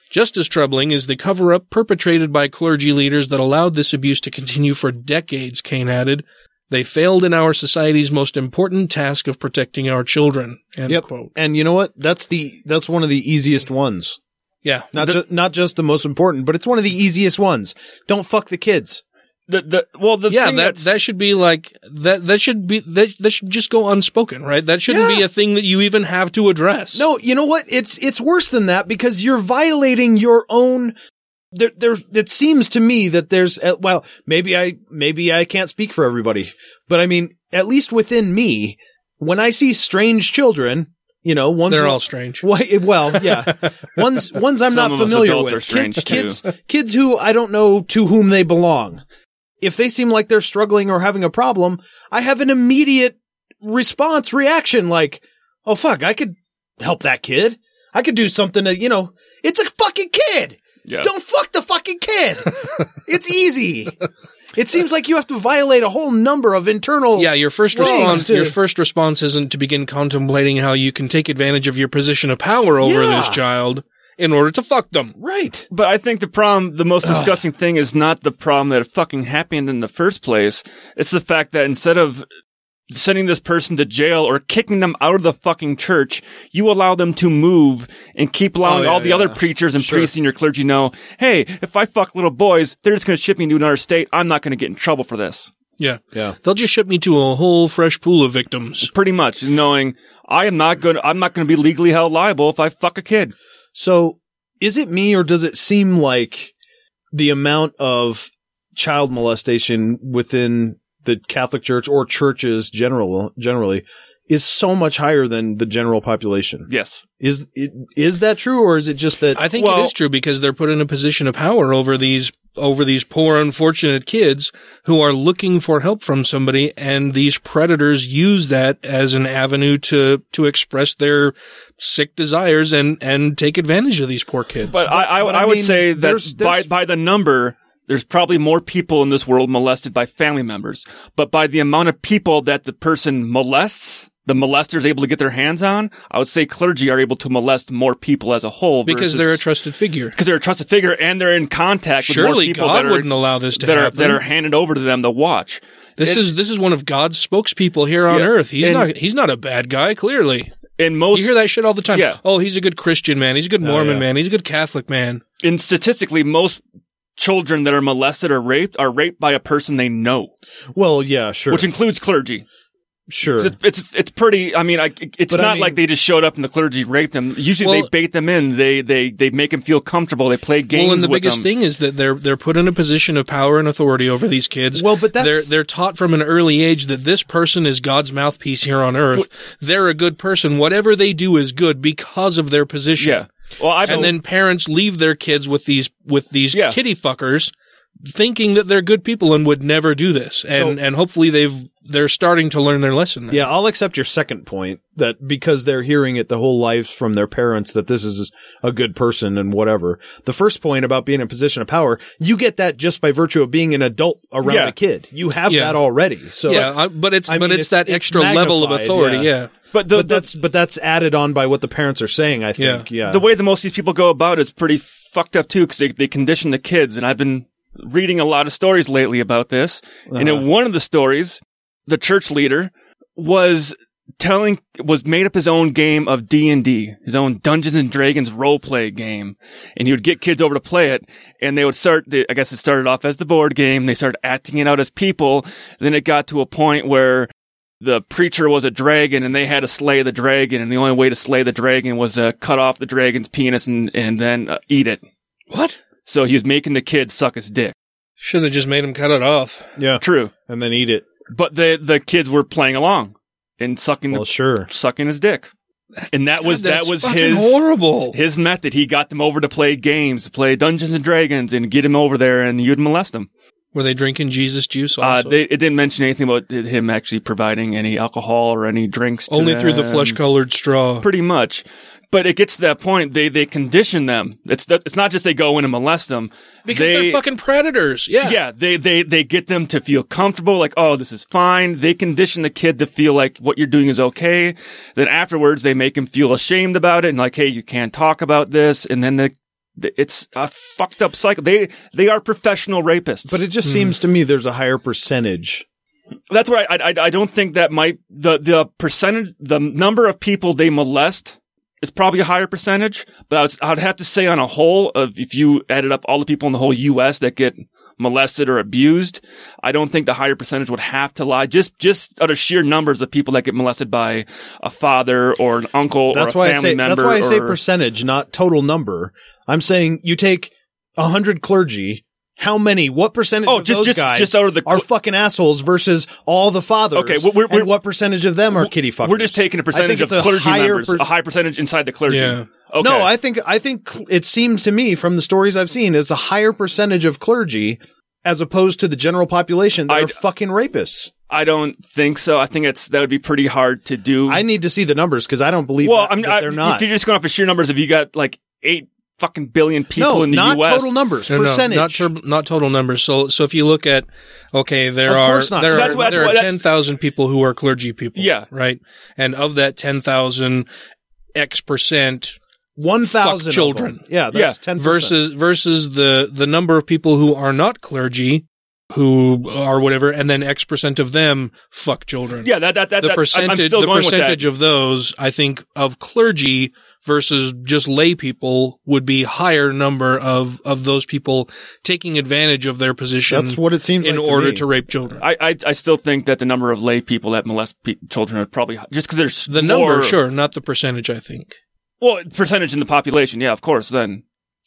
Just as troubling is the cover up perpetrated by clergy leaders that allowed this abuse to continue for decades, Kane added. They failed in our society's most important task of protecting our children. End
Yep.
quote.
And you know what? That's the that's one of the easiest ones.
Yeah.
Not ju- not just the most important, but it's one of the easiest ones. Don't fuck the kids.
The the well the
yeah
thing
that
that's-
that should be like that that should be that that should just go unspoken, right? That shouldn't be a thing that you even have to address.
No, you know what? It's it's worse than that because you're violating your own. There, there. It seems to me that there's uh, well, maybe I maybe I can't speak for everybody, but I mean, at least within me, when I see strange children, you know, ones
They're all strange.
Well, well, yeah, ones ones I'm
Some
not
of us
familiar
adults
with.
are strange,
Kid- kids,
too.
kids who I don't know to whom they belong. If they seem like they're struggling or having a problem, I have an immediate response reaction like, "Oh fuck, I could help that kid. I could do something to, you know, it's a fucking kid.
Yeah.
Don't fuck the fucking kid. it's easy. It seems like you have to violate a whole number of internal
Yeah, your first
things
response
to-
your first response isn't to begin contemplating how you can take advantage of your position of power over
Yeah.
this child in order to fuck them.
Right.
But I think the problem, the most disgusting thing is not the problem that fucking happened in the first place. It's the fact that instead of sending this person to jail or kicking them out of the fucking church, you allow them to move and keep allowing
Oh, yeah,
all the
yeah.
other preachers and
Sure.
priests and your clergy know, hey, if I fuck little boys, they're just going to ship me to another state. I'm not going to get in trouble for this.
Yeah.
Yeah.
They'll just ship me to a whole fresh pool of victims.
Pretty much knowing I am not going to, I'm not going to be legally held liable if I fuck a kid.
So is it me or does it seem like the amount of child molestation within the Catholic Church or churches general generally is so much higher than the general population?
Yes.
Is it, is that true or is it just that
I think it is true because they're put in a position of power over these over these poor unfortunate kids who are looking for help from somebody and these predators use that as an avenue to to express their sick desires and and take advantage of these poor kids.
But I, I,
But
I,
I
would
mean,
say that
there's- there's-
by by the number, there's probably more people in this world molested by family members. But by the amount of people that the person molests, the molester is able to get their hands on, I would say clergy are able to molest more people as a whole
because
versus-
they're a trusted figure.
because they're a trusted figure and they're in contact. with more
Surely
people
God
that are,
wouldn't allow this to
that are,
happen.
that are handed over to them to watch.
This is this is one of God's spokespeople here on
Yeah,
earth. He's
and-
not he's not a bad guy, clearly.
And most
you hear that shit all the time.
Yeah. Oh,
Oh, he's a good Christian man. He's a good Mormon
yeah.
man. He's a good Catholic man.
and statistically most children that are molested or raped are raped by a person they know.
Well, yeah, sure.
Which includes clergy.
Sure.
It's it's, it's pretty. I mean, I, it's
But I
not
mean-
like they just showed up and the clergy raped them. Usually, they
Well-
bait them in. They they they make them feel comfortable. They play games.
Well, and the
with
biggest
them.
thing is that they're they're put in a position of power and authority over these kids. Well, but they're
that's-
they're taught from an early age that this person is God's mouthpiece here on earth. they're a good person. Whatever they do is good because of their position.
Yeah. Well, I
and then parents leave their kids with these with these kitty fuckers, thinking that they're good people and would never do this. And and hopefully they've they're starting to learn their lesson. Then.
Yeah, I'll accept your second point that because they're hearing it the whole lives from their parents that this is a good person and whatever. The first point about being in a position of power, you get that just by virtue of being an adult around
Yeah.
a kid. You have
Yeah.
that already. So
Yeah, I- but it's-
I
but it's that extra level of
magnified,
authority, yeah.
But,
but that's but that's added on by what the parents are saying. I think. Yeah.
the way that most of these people go about it is pretty fucked up too, because they they condition the kids. And I've been reading a lot of stories lately about this. And in one of the stories, the church leader was telling was made up his own game of D&D, his own Dungeons and Dragons role play game. And he would get kids over to play it and they would start they, I guess it started off as the board game, they started acting it out as people, then it got to a point where the preacher was a dragon and they had to slay the dragon and the only way to slay the dragon was uh, cut off the dragon's penis and and then uh, eat it.
What?
So he was making the kid suck his dick.
Should have just made him cut it off.
Yeah.
True.
And then eat it.
But the the kids were playing along and sucking
well, sure.
sucking his dick. And that was
God,
that
that's
was
fucking
his
horrible.
his method. He got them over to play games, to play Dungeons and Dragons and get him over there and you'd molest him.
Were they drinking Jesus juice
Uh,
also?
they, it didn't mention anything about him actually providing any alcohol or any drinks. To
Only through the
them.
flesh-colored straw.
Pretty much. But it gets to that point. They they condition them. It's th- it's not just they go in and molest them
because they, are fucking predators. Yeah.
yeah. They they they get them to feel comfortable. Like oh this is fine. They condition the kid to feel like what you're doing is okay. Then afterwards they make him feel ashamed about it and like hey you can't talk about this. And then the the- it's a fucked up cycle. They they are professional rapists.
Hmm.
But it just seems to me there's a higher percentage
That's what I, I I don't think that might the the percentage the number of people they molest is probably a higher percentage, but I would, I would have to say on a whole of if you added up all the people in the whole U.S. that get molested or abused, I don't think the higher percentage would have to lie just just out of sheer numbers of people that get molested by a father or an uncle
That's
or a
why I
family
say
member.
that's why I say
or-
percentage, not total number. I'm saying you take hundred clergy. How many? What percentage
Oh,
of
just-
those
just-
guys
just out of the
are fucking assholes versus all the fathers?
Okay, we're- we're-
and
we're-
what percentage of them are kitty fuckers?
We're just taking a
I think
percentage of
it's a
clergy
higher
members,
per-
a high percentage inside the clergy. Okay.
No, I think I think cl- it seems to me from the stories I've seen, it's a higher percentage of clergy as opposed to the general population that are fucking rapists.
I don't think so. I think it's that would be pretty hard to do.
I need to see the numbers because I don't believe
well,
that-
I'm,
that
I-
they're not.
If you're just going off of sheer numbers, if you got like eight fucking billion people
No,
in the
not
U.S.,
total numbers, No, no, percentage. not not total numbers. So, so if you look at, okay, there
Of
are
course not.
there
That's
are,
what-
there are
what-
ten thousand people who are clergy people. Yeah, right. And of that ten thousand, X percent,
one
thousand
of
children.
them. Yeah, that's Yeah. 10%.
versus versus the the number of people who are not clergy, who are whatever, and then X percent of them fuck children.
Yeah, that- that- that-
the
that- I'm- I'm
percentage
still
the
going with that.
percentage of those I think of clergy versus just lay people would be higher number of of those people taking advantage of their position.
That's what it seems
in
like to
order
me.
to rape children.
I, I I still think that the number of lay people that molest pe- children are probably just because there's
The number,
more-
sure, not the percentage. I think.
Well, percentage in the population, yeah, of course. Then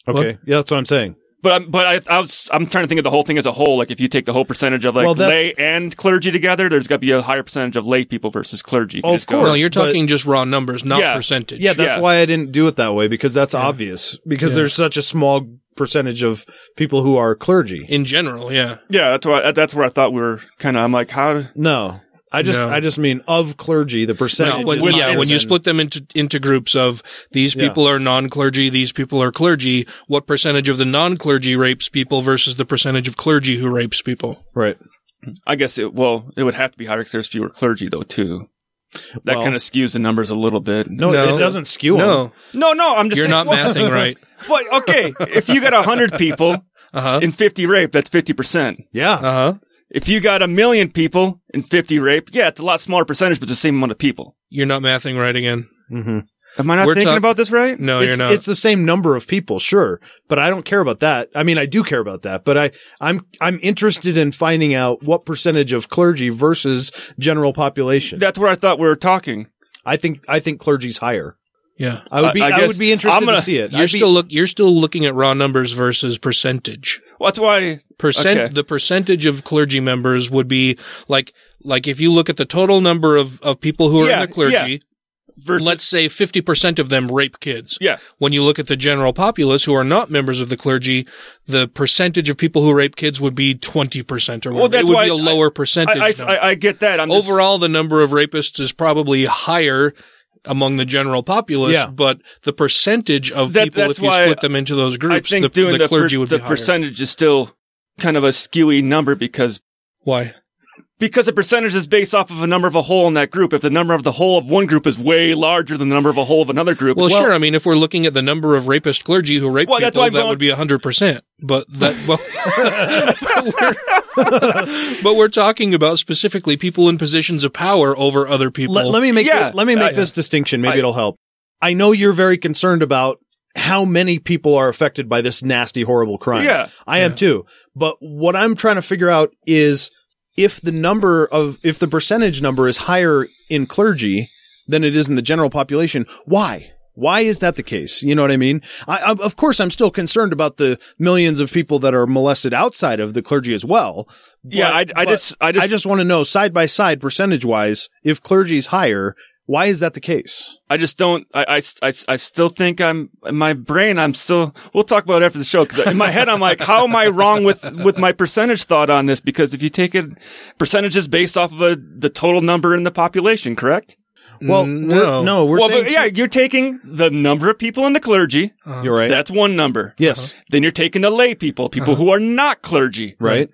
Okay,
What?
yeah, that's what I'm saying.
But I'm, but I, I was, I'm trying to think of the whole thing as a whole. Like if you take the whole percentage of like
Well, that's-
lay and clergy together, there's got to be a higher percentage of lay people versus clergy. If you just go-
No, you're talking just raw numbers, not
Yeah.
percentage.
Yeah, that's why I didn't do it that way because that's obvious because
Yeah.
there's such a small percentage of people who are clergy.
in general. Yeah,
yeah. That's why that's where I thought we were kind of. I'm like, how?
No, I just
No.
I just mean of clergy the percentage.
No, when,
is
yeah,
higher
when you
than-
split them into into groups of these
Yeah.
people are non clergy, these people are clergy. What percentage of the non clergy rapes people versus the percentage of clergy who rapes people?
Right.
I guess it. Well, it would have to be higher because there's fewer clergy though too. That
Well-
kind of skews the numbers a little bit.
No, it doesn't skew. 'em.
No.
No, no, I'm just
You're
saying-
not mathing right.
But okay, if you got hundred people
Uh-huh.
in fifty rape, that's fifty percent.
Yeah.
Uh huh.
If you got a million people in fifty rape, yeah, it's a lot smaller percentage, but it's the same amount of people.
You're not mathing right again.
Mm-hmm.
Am I not
We're
thinking
talk-
about this right?
No,
it's,
you're not.
It's the same number of people, sure, but I don't care about that. I mean, I do care about that, but I I'm I'm interested in finding out what percentage of clergy versus general population.
That's where I thought we were talking.
I think I think clergy's higher.
Yeah,
I would be I, would be interested to see it.
You're
I'd be-
still look. You're still looking at raw numbers versus percentage.
Well, that's why
percent
okay.
the percentage of clergy members would be like like if you look at the total number of of people who are
Yeah,
in the clergy
yeah. Versus-
let's say 50% of them rape kids
yeah
when you look at the general populace who are not members of the clergy the percentage of people who rape kids would be 20% or whatever.
Well, that's
it would
why
be a
I-
lower percentage
I,
number.
I, I, I get that. I'm just-
overall the number of rapists is probably higher among the general populace,
Yeah.
but the percentage of
That-
people,
that's
if you
why
split them into those groups,
I think
the,
doing
the
the, per-
clergy would
the
be higher.
percentage is still kind of a skewy number because
Why?
Because the percentage is based off of a number of a whole in that group. If the number of the whole of one group is way larger than the number of a whole of another group,
Well, sure. I mean, if we're looking at the number of rapist clergy who rape
Well, that's
people,
why
that
I'm going-
would be hundred percent. But that, well, but, we're, but we're talking about specifically people in positions of power over other people.
Let, let me make it- let me make this distinction. Maybe it'll help. I know you're very concerned about how many people are affected by this nasty, horrible crime.
Yeah.
I am too. But what I'm trying to figure out is if the number of if the percentage number is higher in clergy than it is in the general population, why? Why is that the case? You know what I mean? I, I, of course, I'm still concerned about the millions of people that are molested outside of the clergy as well.
Yeah, I- I just- I just-
I just want to know side by side, percentage wise, if clergy's higher, why is that the case?
I just don't. I, I, I, I still think I'm in my brain. I'm still. We'll talk about it after the show because in my head I'm like, how am I wrong with with my percentage thought on this? Because if you take it, percentage is based off of a, the total number in the population, correct?
Well,
Mm,
no, we're, no, we're
well,
saying Uh-huh.
but yeah, you're taking the number of people in the clergy.
You're right.
That's one number.
Yes. Uh-huh.
Then you're taking the lay people, people who are not clergy.
Right.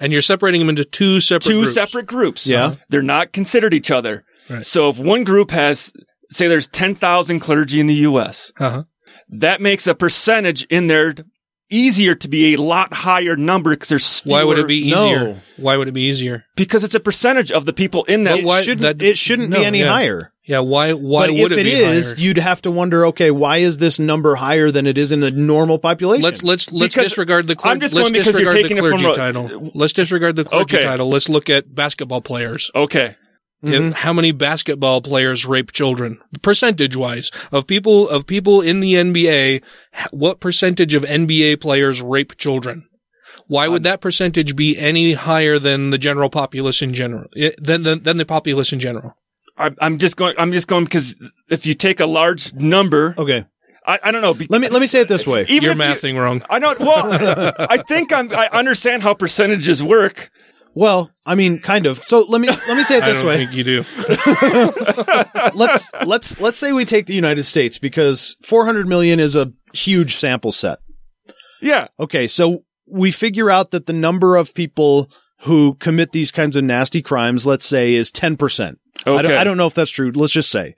And you're separating them into two separate
two
groups.
separate groups.
Yeah.
They're not considered each other.
Right.
So if one group has, say there's 10,000 clergy in the U.S.,
Uh-huh.
that makes a percentage in there easier to be a lot higher number because there's fewer,
Why would it be easier?
No.
Why would it be easier?
because it's a percentage of the people in that.
But why-
it shouldn't,
that-
it shouldn't
no,
be any
yeah.
higher.
Yeah, why why
but if
would it,
it
be
is,
higher?
you'd have to wonder, okay, why is this number higher than it is in the normal population?
Let's let's let's
Because
disregard the clergy,
I'm just
let's
going because you're
disregard the
taking it
clergy
from a- Uh,
title. Let's disregard the clergy
Okay.
title. Let's look at basketball players.
Okay.
Mm-hmm.
If- how many basketball players rape children? Percentage wise of people of people in the NBA, h- what percentage of NBA players rape children? Why would that percentage be any higher than the general populace in general? i- Than than, than the populace in general?
I, I'm just going. I'm just going because if you take a large number,
okay.
I, I don't know. Let
me let me say it this way.
Even
You're
if you-
mathing wrong.
I don't. Well, I think I'm. I understand how percentages work.
Well, I mean, kind of. So let me let me say it
I
this
don't
way.
think you do.
let's let's let's say we take the United States because 400 million is a huge sample set.
Yeah.
Okay, so we figure out that the number of people who commit these kinds of nasty crimes, let's say, is 10%. I, don't,
Okay.
I don't know if that's true. Let's just say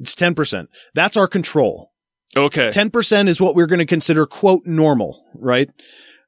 it's 10%. That's our control.
Okay.
10% is what we're going to consider quote normal, right?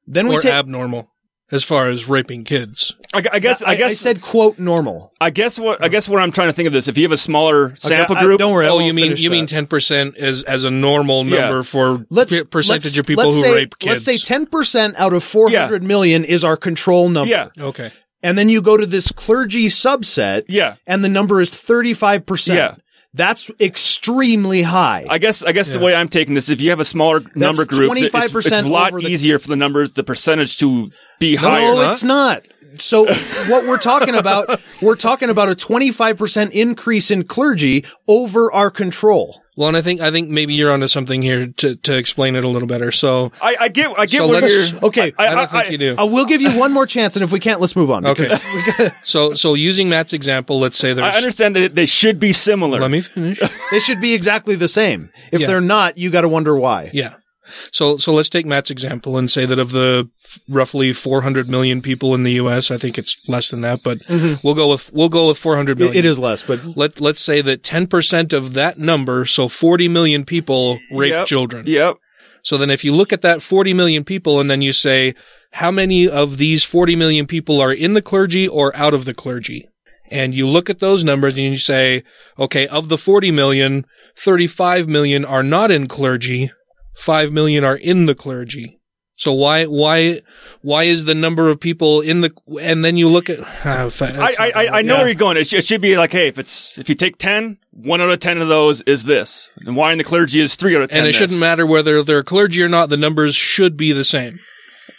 Then we
or
take
abnormal as far as raping kids.
I, I guess. I, guess. I
said quote normal.
I guess what. I guess what I'm trying to think of this. If you have a smaller sample group,
Oh, you mean you mean ten percent as as a normal
Yeah.
number for
Let's
per- percentage
let's-
of people
let's
who
say,
rape kids?
Let's say 10% out of four hundred million is our control number.
Yeah. Okay.
And then you go to this clergy subset.
Yeah.
And the number is 35%.
Yeah.
That's extremely high.
I guess. I guess the
Yeah.
way I'm taking this, if you have a smaller number group, it's, it's a
25%
lot
over the-
easier for the numbers, the percentage to be
no,
higher.
it's not. So what we're talking about, we're talking about a 25% increase in clergy over our control.
Well, and I think I think maybe you're onto something here to to explain it a little better. So
I, I get. I get
So
what
let's-
you're.
Okay.
I don't think you do.
I will give you one more chance, and if we can't, let's move on.
Okay. so so using Matt's example, let's say there's
I understand that they should be similar.
Let me finish.
They should be exactly the same. If
Yeah.
they're not, you got to wonder why.
Yeah. So so let's take Matt's example and say that of the f- roughly 400 million people in the US, I think it's less than that, but we'll go with we'll go with 400 million.
Mm-hmm. It- it is less, but
let let's say that 10% of that number, so 40 million people rape
Yep.
children.
Yep.
So then if you look at that 40 million people and then you say how many of these 40 million people are in the clergy or out of the clergy? And you look at those numbers and you say, okay, of the 40 million, 35 million are not in clergy, 5 million are in the clergy. So why, why, why is the number of people in the, and then you look at,
I, I, I, I know
Yeah.
where you're going. It should, it should be like, hey, if it's if you take 10, one out of ten of those is this, and why in the clergy is three out of ten.
and it
this.
shouldn't matter whether they're clergy or not. The numbers should be the same.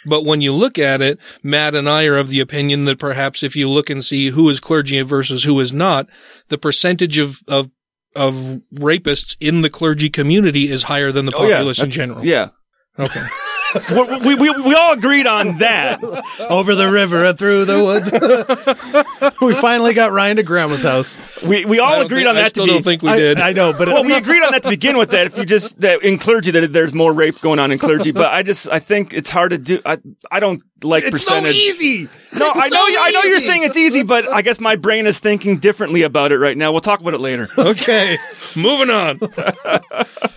But when you look at it, Matt and I are of the opinion that perhaps if you look and see who is clergy versus who is not, the percentage of, of, of rapists in the clergy community is higher than the
Oh, yeah.
populace in
That's-
general.
Yeah.
Okay.
we, we, we, we all agreed on that.
Over the river and through the woods. we finally got Ryan to grandma's house.
We, we all agreed on that. to be,
I- I know, but at
well, we
least-
agreed on that to begin with. That if you just that in clergy, that there's more rape going on in clergy. But I just I think it's hard to do. I I don't like
It's so
percentage.
easy.
No,
It's
I know.
so
you I know you're
easy.
saying it's easy, but I guess my brain is thinking differently about it right now. We'll talk about it later.
Okay, moving on.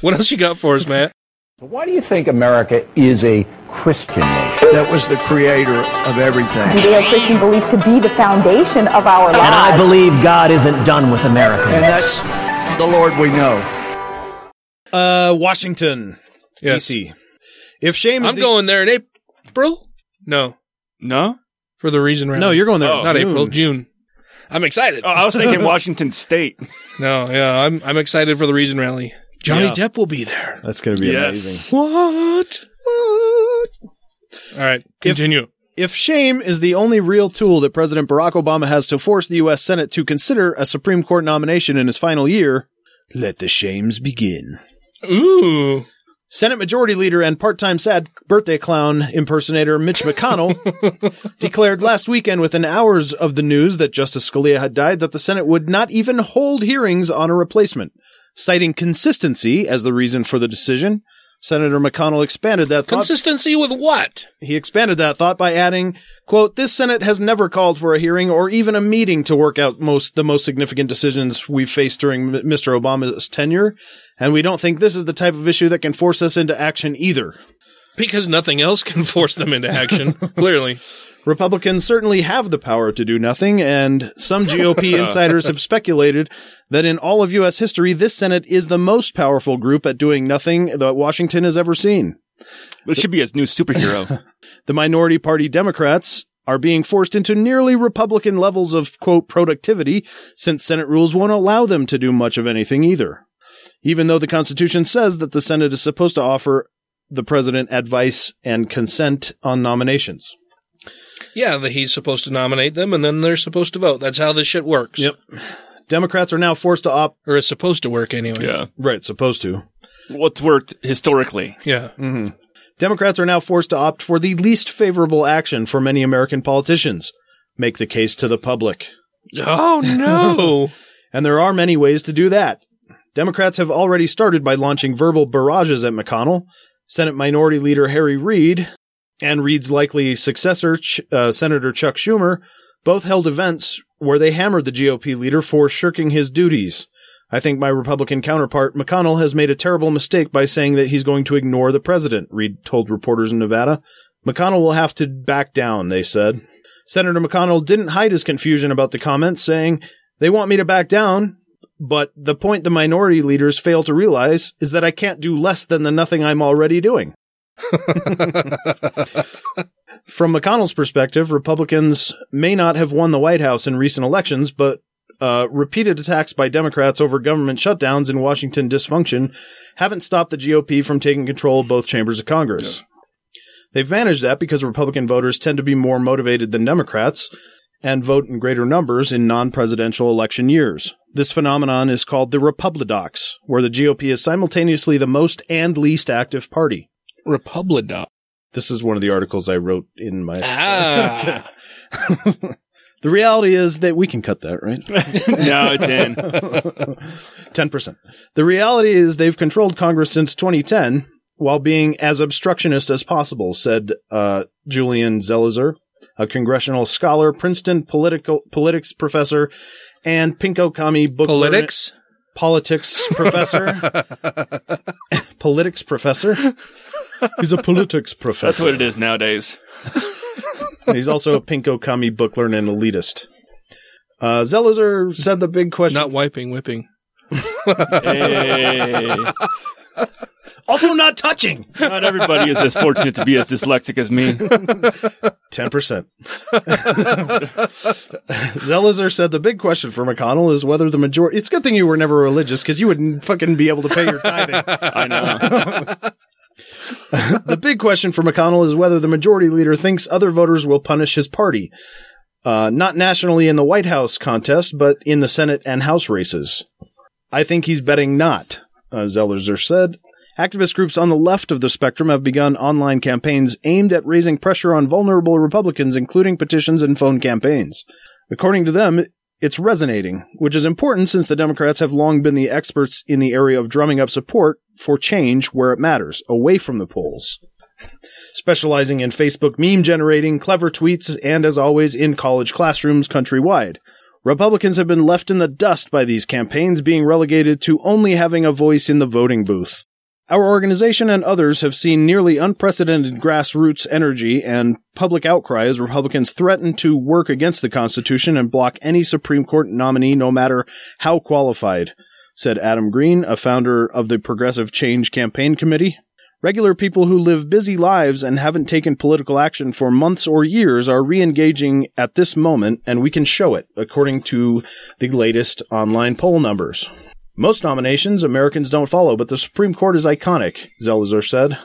what else you got for us, Matt?
Why do you think America is a Christian nation?
That was the creator of everything.
Judeo-Christian belief to be the foundation of our lives.
And I believe God isn't done with America.
And that's the Lord we know.
Uh, Washington, D.C. If shame, is
I'm
the-
going there in April. No,
no,
for the reason. Right
No, you're going there in
Not
June.
April, June. I'm excited.
Oh, I was thinking Washington State.
No, yeah, I'm I'm excited for the Reason Rally. Johnny
Yeah.
Depp will be there.
That's going to be
Yes.
amazing.
What? All right, continue.
If shame is the only real tool that President Barack Obama has to force the U.S. Senate to consider a Supreme Court nomination in his final year, let the shames begin.
Ooh.
Senate Majority Leader and part time sad birthday clown impersonator Mitch McConnell declared last weekend, within hours of the news that Justice Scalia had died, that the Senate would not even hold hearings on a replacement. Citing consistency as the reason for the decision, Senator McConnell expanded that thought.
Consistency with what?
He expanded that thought by adding, quote, this Senate has never called for a hearing or even a meeting to work out most the most significant decisions we've faced during M- Mr. Obama's tenure, and we don't think this is the type of issue that can force us into action either.
because nothing else can force them into action. Clearly.
Republicans certainly have the power to do nothing, and some GOP insiders have speculated that in all of U.S. history, this Senate is the most powerful group at doing nothing that Washington has ever seen.
It should be his new superhero.
the minority party Democrats are being forced into nearly Republican levels of quote productivity since Senate rules won't allow them to do much of anything either. Even though the Constitution says that the Senate is supposed to offer the president advice and consent on nominations.
Yeah, that he's supposed to nominate them and then they're supposed to vote. That's how this shit works.
Yep. Democrats are now forced to opt
or is supposed to work anyway.
Yeah.
Right, supposed to.
What's worked historically.
Yeah.
hmm Democrats are now forced to opt for the least favorable action for many American politicians. Make the case to the public.
Oh no.
and there are many ways to do that. Democrats have already started by launching verbal barrages at McConnell. Senate Minority Leader Harry Reid and Reid's likely successor, Ch- uh, Senator Chuck Schumer, both held events where they hammered the GOP leader for shirking his duties. I think my Republican counterpart, McConnell, has made a terrible mistake by saying that he's going to ignore the president, Reid told reporters in Nevada. McConnell will have to back down, they said. Senator McConnell didn't hide his confusion about the comments, saying, They want me to back down, but the point the minority leaders fail to realize is that I can't do less than the nothing I'm already doing. From McConnell's perspective, Republicans may not have won the White House in recent elections, but uh, repeated attacks by Democrats over government shutdowns and Washington dysfunction haven't stopped the GOP from taking control of both chambers of Congress. They've managed that because Republican voters tend to be more motivated than Democrats and vote in greater numbers in non presidential election years. This phenomenon is called the Republidox, where the GOP is simultaneously the most and least active party.
Republidox.
This is one of the articles I wrote in my.
Ah.
the reality is that we can cut that, right?
no, it's in.
10%. The reality is they've controlled Congress since 2010 while being as obstructionist as possible, said uh, Julian Zelizer, a congressional scholar, Princeton political politics professor, and Pinko Kami book
Politics?
politics professor, politics professor. He's a politics professor.
That's what it is nowadays.
And he's also a Pinko Kami book learner and elitist. Uh, Zelizer said the big question.
Not wiping, whipping.
Also, not touching.
Not everybody is as fortunate to be as dyslexic as me.
10%. Zelizer said the big question for McConnell is whether the majority. It's a good thing you were never religious because you wouldn't fucking be able to pay your tithing.
I know.
the big question for McConnell is whether the majority leader thinks other voters will punish his party. Uh, not nationally in the White House contest, but in the Senate and House races. I think he's betting not, uh, Zelizer said. Activist groups on the left of the spectrum have begun online campaigns aimed at raising pressure on vulnerable Republicans, including petitions and phone campaigns. According to them, it's resonating, which is important since the Democrats have long been the experts in the area of drumming up support for change where it matters, away from the polls. Specializing in Facebook meme generating, clever tweets, and as always, in college classrooms countrywide. Republicans have been left in the dust by these campaigns, being relegated to only having a voice in the voting booth. Our organization and others have seen nearly unprecedented grassroots energy and public outcry as Republicans threaten to work against the Constitution and block any Supreme Court nominee, no matter how qualified, said Adam Green, a founder of the Progressive Change Campaign Committee. Regular people who live busy lives and haven't taken political action for months or years are re engaging at this moment, and we can show it, according to the latest online poll numbers. Most nominations Americans don't follow, but the Supreme Court is iconic, Zelizer said.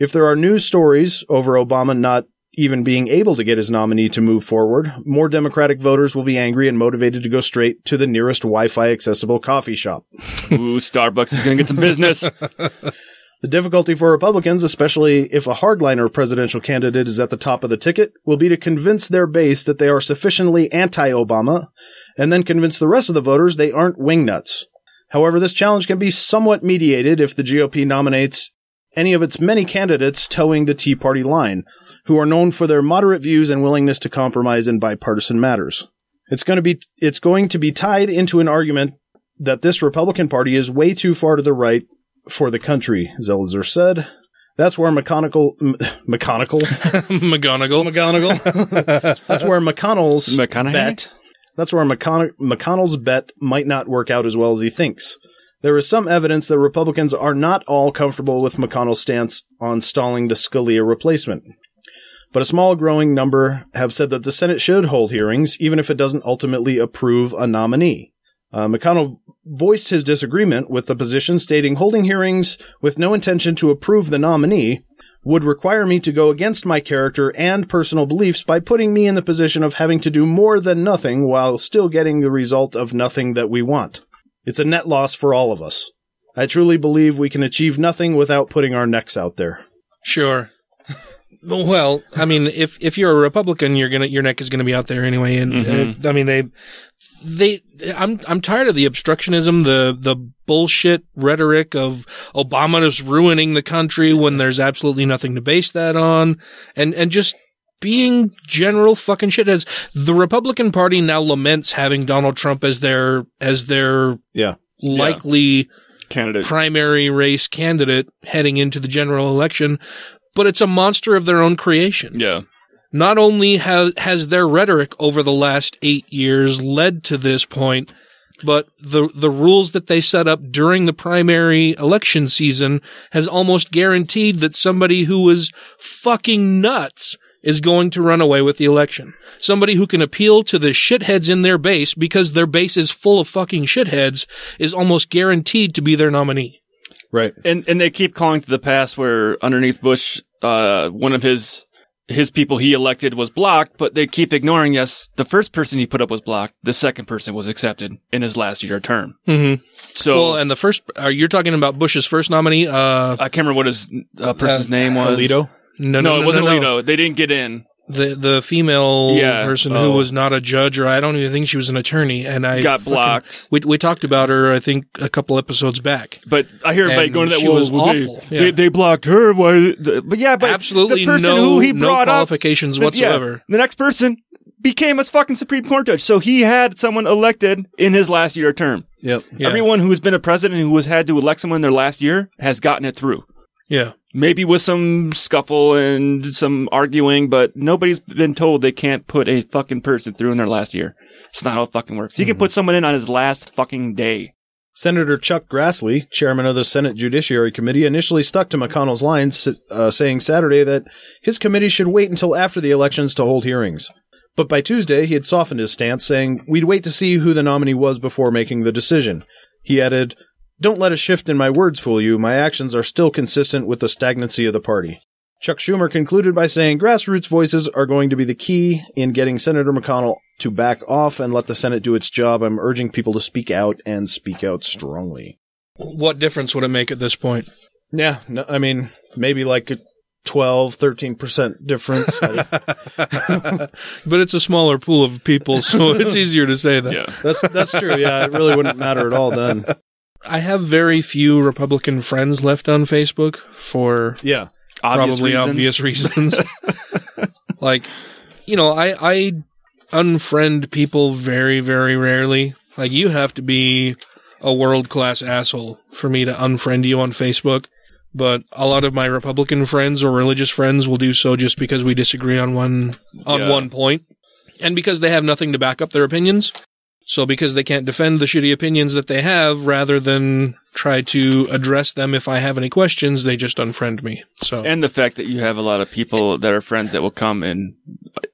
If there are news stories over Obama not even being able to get his nominee to move forward, more Democratic voters will be angry and motivated to go straight to the nearest Wi Fi accessible coffee shop.
Ooh, Starbucks is going to get some business.
The difficulty for Republicans, especially if a hardliner presidential candidate is at the top of the ticket, will be to convince their base that they are sufficiently anti Obama and then convince the rest of the voters they aren't wingnuts. However, this challenge can be somewhat mediated if the GOP nominates any of its many candidates towing the Tea Party line, who are known for their moderate views and willingness to compromise in bipartisan matters. It's going to be it's going to be tied into an argument that this Republican Party is way too far to the right for the country, Zelizer said. That's where McConaughey, M- McConaughey,
McGonagall.
McGonagall. that's where McConnell's bet. That's where McCon- McConnell's bet might not work out as well as he thinks. There is some evidence that Republicans are not all comfortable with McConnell's stance on stalling the Scalia replacement. But a small growing number have said that the Senate should hold hearings, even if it doesn't ultimately approve a nominee. Uh, McConnell voiced his disagreement with the position, stating, Holding hearings with no intention to approve the nominee would require me to go against my character and personal beliefs by putting me in the position of having to do more than nothing while still getting the result of nothing that we want. It's a net loss for all of us. I truly believe we can achieve nothing without putting our necks out there.
Sure. Well, I mean, if if you're a Republican, you're gonna your neck is gonna be out there anyway. And
Mhm.
uh, I mean, they they I'm I'm tired of the obstructionism, the the bullshit rhetoric of Obama is ruining the country when there's absolutely nothing to base that on, and and just being general fucking shitheads. The Republican Party now laments having Donald Trump as their as their
yeah
likely candidate primary race candidate heading into the general election, but it's a monster of their own creation.
Yeah.
Not only has has their rhetoric over the last 8 years led to this point, but the the rules that they set up during the primary election season has almost guaranteed that somebody who is fucking nuts is going to run away with the election. Somebody who can appeal to the shitheads in their base because their base is full of fucking shitheads is almost guaranteed to be their nominee.
Right.
And and they keep calling to the past where underneath Bush, uh, one of his his people he elected was blocked, but they keep ignoring. Yes, the first person he put up was blocked. The second person was accepted in his last year term.
Mm-hmm.
So-
well, and the first uh, you're talking about Bush's first nominee. Uh,
I can't remember what his uh, person's name was.
No, no,
no, it wasn't
no,
Alito. They didn't get in.
The the female
Yeah.
person
Oh.
who was not a judge, or I don't even think she was an attorney, and I
Got
fucking-
blocked.
We we talked about her, I think, a couple episodes back.
But I hear everybody
And
going to that.
she
well,
was
well, they-
awful.
They,
Yeah.
they blocked her. Why? But yeah, but
Absolutely
the person
no-
who he
no
brought up-
qualifications
but yeah,
whatsoever.
the next person became a fucking Supreme Court judge. So he had someone elected in his last year term.
Yep.
Everyone who has been a president who has had to elect someone their last year has gotten it through.
Yeah.
Maybe with some scuffle and some arguing, but nobody's been told they can't put a fucking person through in their last year. It's not how it fucking works. He
Mm-hmm.
can put someone in on his last fucking day.
Senator Chuck Grassley, chairman of the Senate Judiciary Committee, initially stuck to McConnell's lines, uh, saying Saturday that his committee should wait until after the elections to hold hearings. But by Tuesday, he had softened his stance, saying, We'd wait to see who the nominee was before making the decision. He added, Don't let a shift in my words fool you. My actions are still consistent with the stagnancy of the party. Chuck Schumer concluded by saying grassroots voices are going to be the key in getting Senator McConnell to back off and let the Senate do its job. I'm urging people to speak out and speak out strongly.
What difference would it make at this point?
Yeah, no, I mean, maybe like a 12, 13% difference.
But it's a smaller pool of people, so it's easier to say that.
That's that's true. Yeah, it really wouldn't matter at all then.
I have very few Republican friends left on Facebook for
yeah
Obvious
probably
reasons.
obvious reasons. like, you know, I I unfriend people very very rarely. Like, you have to be a world class asshole for me to unfriend you on Facebook. But a lot of my Republican friends or religious friends will do so just because we disagree on one on
Yeah.
one point, and because they have nothing to back up their opinions. So because they can't defend the shitty opinions that they have, rather than try to address them if I have any questions, they just unfriend me. So
And the fact that you have a lot of people that are friends that will come and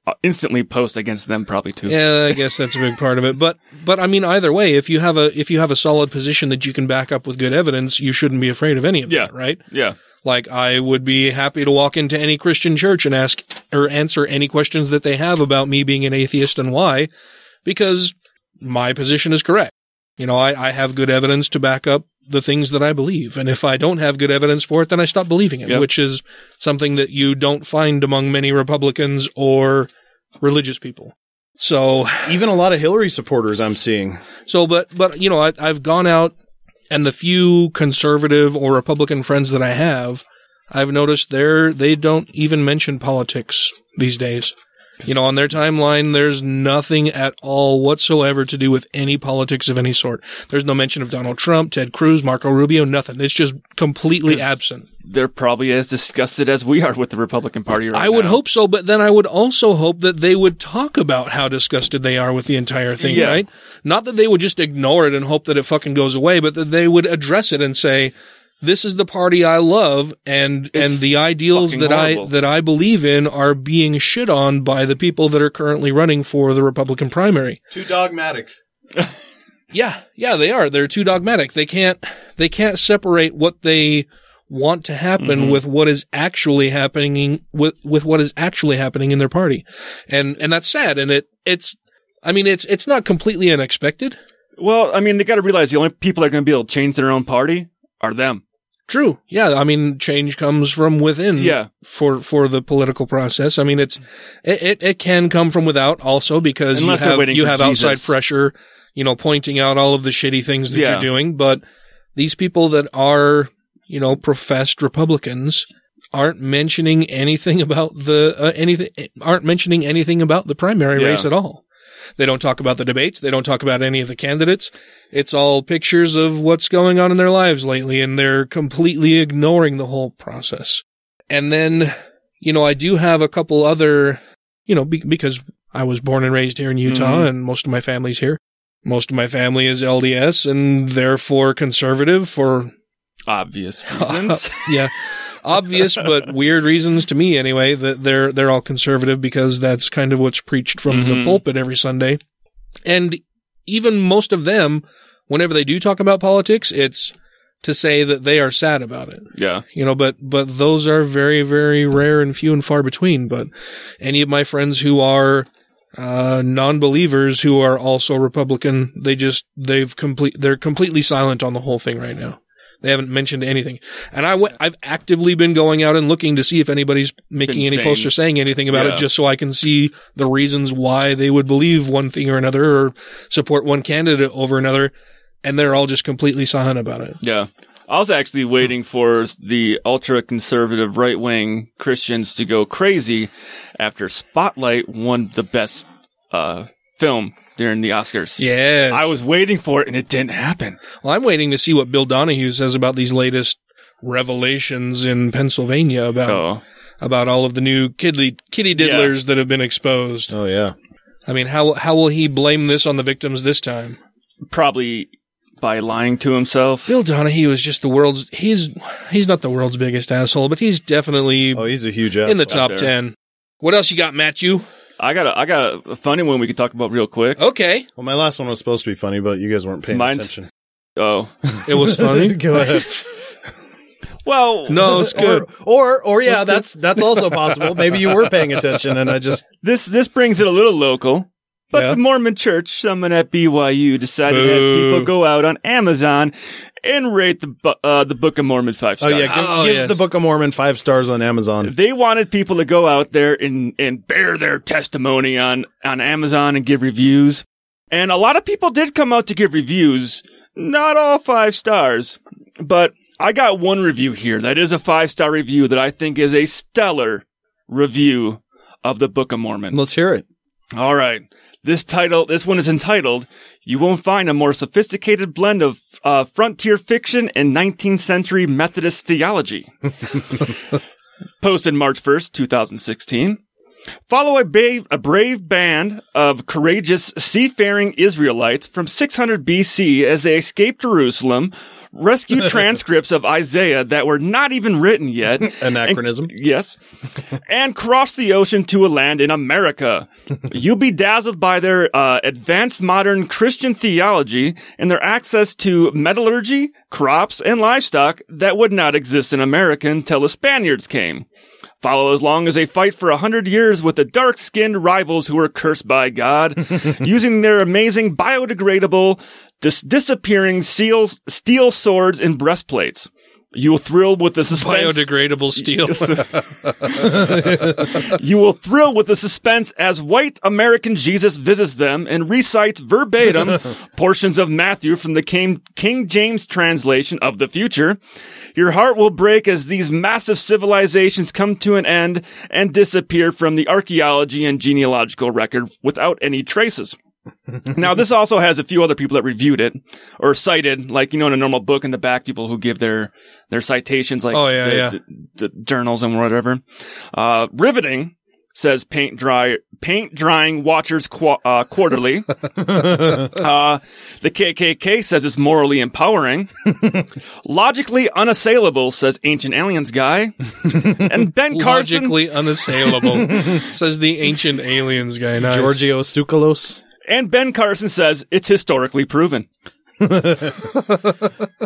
uh, instantly post against them probably too.
yeah, I guess that's a big part of it. But but I mean, either way, if you have a if you have a solid position that you can back up with good evidence, you shouldn't be afraid of any of that, right?
Yeah.
Like I would be happy to walk into any Christian church and ask or answer any questions that they have about me being an atheist and why, because my position is correct. You know, I, I have good evidence to back up the things that I believe. And if I don't have good evidence for it, then I stop believing it,
Yep.
which is something that you don't find among many Republicans or religious people. So
even a lot of Hillary supporters I'm seeing.
So, but, but, you know, I, I've gone out and the few conservative or Republican friends that I have, I've noticed they're, they don't even mention politics these days. You know, on their timeline, there's nothing at all whatsoever to do with any politics of any sort. There's no mention of Donald Trump, Ted Cruz, Marco Rubio, nothing. It's just completely absent.
They're probably as disgusted as we are with the Republican Party right
I would hope so, but then I would also hope that they would talk about how disgusted they are with the entire thing,
Yeah.
right? Not that they would just ignore it and hope that it fucking goes away, but that they would address it and say, this is the party I love and, and the ideals
fucking
that
horrible.
I, that I believe in are being shit on by the people that are currently running for the Republican primary.
Too dogmatic.
Yeah, yeah, they are. They're too dogmatic. They can't they can't separate what they want to happen
Mhm.
with what is actually happening with with what is actually happening in their party. And and that's sad and it it's I mean it's it's not completely unexpected.
Well, I mean, they got to realize the only people that are going to be able to change their own party are them.
True. Yeah, I mean change comes from within
Yeah.
for for the political process. I mean it's it it, it can come from without also because
Unless
you
they're
have
waiting
you
for
have
Jesus.
outside pressure, you know, pointing out all of the shitty things that
Yeah.
you're doing, but these people that are, you know, professed Republicans aren't mentioning anything about the uh, anything aren't mentioning anything about the primary
Yeah.
race at all. They don't talk about the debates. They don't talk about any of the candidates. It's all pictures of what's going on in their lives lately, and they're completely ignoring the whole process. And then, you know, I do have a couple other, you know, be- because I was born and raised here in Utah,
Mhm.
and most of my family's here. Most of my family is LDS and therefore conservative for
Obvious reasons.
yeah. Obvious but weird reasons to me anyway that they're they're all conservative because that's kind of what's preached from the
Mhm.
pulpit every Sunday. And even most of them whenever they do talk about politics it's to say that they are sad about it.
yeah.
You know, but but those are very very rare and few and far between, but any of my friends who are uh non-believers who are also Republican, they just they've complete they're completely silent on the whole thing right now. They haven't mentioned anything. And I w- I've actively been going out and looking to see if anybody's making
Been
any
saying-
posts or saying anything about
Yeah.
it just so I can see the reasons why they would believe one thing or another or support one candidate over another. And they're all just completely silent about it.
Yeah. I was actually waiting for the ultra conservative right wing Christians to go crazy after Spotlight won the best uh, film during the Oscars.
Yes.
I was waiting for it and it didn't happen.
Well, I'm waiting to see what Bill Donahue says about these latest revelations in Pennsylvania about
Oh.
about all of the new kiddly, kitty diddlers that have been exposed.
Oh yeah.
I mean, how how will he blame this on the victims this time?
Probably by lying to himself.
Bill Donahue is just the world's he's he's not the world's biggest asshole, but he's definitely
Oh, he's a huge
in
asshole.
the top
Up there.
ten. What else you got, Matt? You
I got a, I got a funny one we could talk about real quick.
Okay.
Well, my last one was supposed to be funny, but you guys weren't paying
Mine's-
attention.
Uh,
Oh.
It was funny?
Go ahead.
Well,
No, it's good. Or, or yeah, that's that's also possible. Maybe you were paying attention, and I just
this this brings it a little local. But the Mormon Church, someone at BYU, decided to have
Boo.
people go out on Amazon and rate the bu- uh, the Book of Mormon five
oh
stars.
yeah, give, give the Book of Mormon five stars on Amazon.
They wanted people to go out there and and bear their testimony on on Amazon and give reviews. And a lot of people did come out to give reviews, not all five stars, but I got one review here that is a five star review that I think is a stellar review of the Book of Mormon.
Let's hear it.
All right. This title, this one is entitled, You Won't Find a More Sophisticated Blend of uh, Frontier Fiction and 19th Century Methodist Theology. Posted March 1st, 2016. Follow a brave, a brave band of courageous seafaring Israelites from 600 BC as they escape Jerusalem, rescue transcripts of Isaiah that were not even written yet.
Anachronism.
And- yes. And cross the ocean to a land in America. You'll be dazzled by their uh, advanced modern Christian theology and their access to metallurgy, crops, and livestock that would not exist in America until the Spaniards came. Follow as long as they fight for a hundred years with the dark-skinned rivals who were cursed by God, using their amazing biodegradable, dis- disappearing seals, steel swords and breastplates. You'll thrill with the suspense.
biodegradable steel.
you will thrill with the suspense as white American Jesus visits them and recites verbatim portions of Matthew from the King, King James translation of the future. Your heart will break as these massive civilizations come to an end and disappear from the archaeology and genealogical record without any traces. now, this also has a few other people that reviewed it or cited, like, you know, in a normal book in the back, people who give their, their citations, like
Oh, yeah,
the,
yeah.
the- the journals and whatever. Uh, riveting says paint dry, paint drying watchers qua- uh, quarterly. uh, the KKK says it's morally empowering. Logically unassailable says ancient aliens guy. And Ben Carson.
Logically unassailable, says the ancient aliens guy. Nice.
Giorgio Tsoukalos. And Ben Carson says it's historically proven.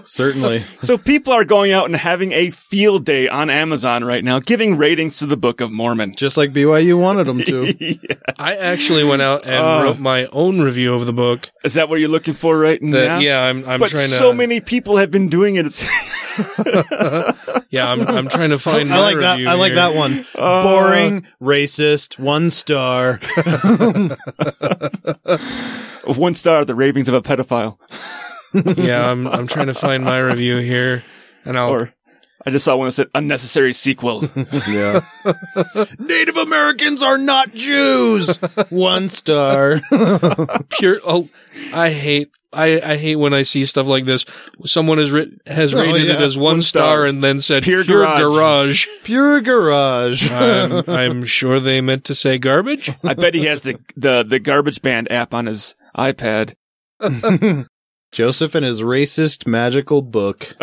Certainly.
So people are going out and having a field day on Amazon right now, giving ratings to the Book of Mormon.
Just like BYU wanted them to.
I actually went out and
Uh,
wrote my own review of the book.
Is that what you're looking for right now?
Yeah, I'm. I'm
but
trying to.
so many people have been doing it. It's
yeah, I'm. I'm trying to find.
I
my
like that.
review
I like
here.
that one. Boring, racist, one star.
Of one star, the ravings of a pedophile.
yeah, I'm. I'm trying to find my review here, and I'll.
Or, I just saw one that said unnecessary sequel.
yeah. Native Americans are not Jews. One star.
Pure. Oh, I hate. I, I hate when I see stuff like this. Someone has writ, has
Oh,
rated
yeah.
it as one,
One
star,
star.
and then said pure, garage.
garage." Pure garage.
I'm, I'm sure they meant to say garbage.
I bet he has the, the, the garbage band app on his iPad.
Joseph and his racist magical book.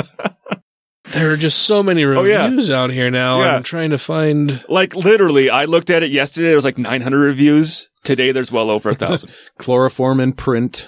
There are just so many
yeah.
reviews out here now.
Yeah.
I'm trying to find.
Like literally, I looked at it yesterday. There was like 900 reviews. Today, there's well over a thousand.
Chloroform in print.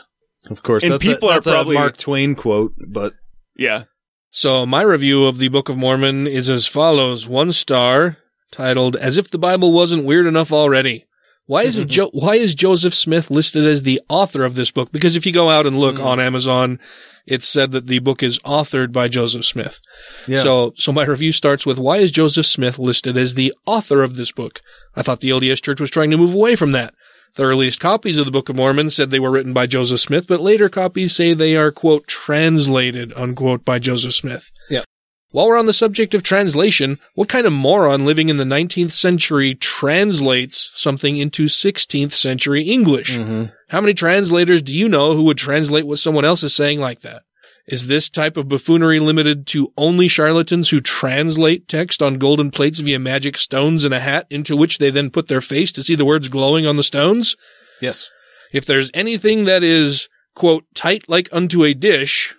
Of course,
And
that's
people
a,
are
that's a
probably-
Mark Twain quote, but
yeah.
So my review of the Book of Mormon is as follows: one star, titled "As if the Bible wasn't weird enough already." Why is it jo- Why is Joseph Smith listed as the author of this book? Because if you go out and look on Amazon, it's said that the book is authored by Joseph Smith.
Yeah.
So, so my review starts with why is Joseph Smith listed as the author of this book? I thought the LDS Church was trying to move away from that. The earliest copies of the Book of Mormon said they were written by Joseph Smith, but later copies say they are quote translated unquote by Joseph Smith.
Yeah.
While we're on the subject of translation, what kind of moron living in the 19th century translates something into 16th century English?
Mm-hmm.
How many translators do you know who would translate what someone else is saying like that? Is this type of buffoonery limited to only charlatans who translate text on golden plates via magic stones in a hat into which they then put their face to see the words glowing on the stones?
Yes.
If there's anything that is, quote, tight like unto a dish,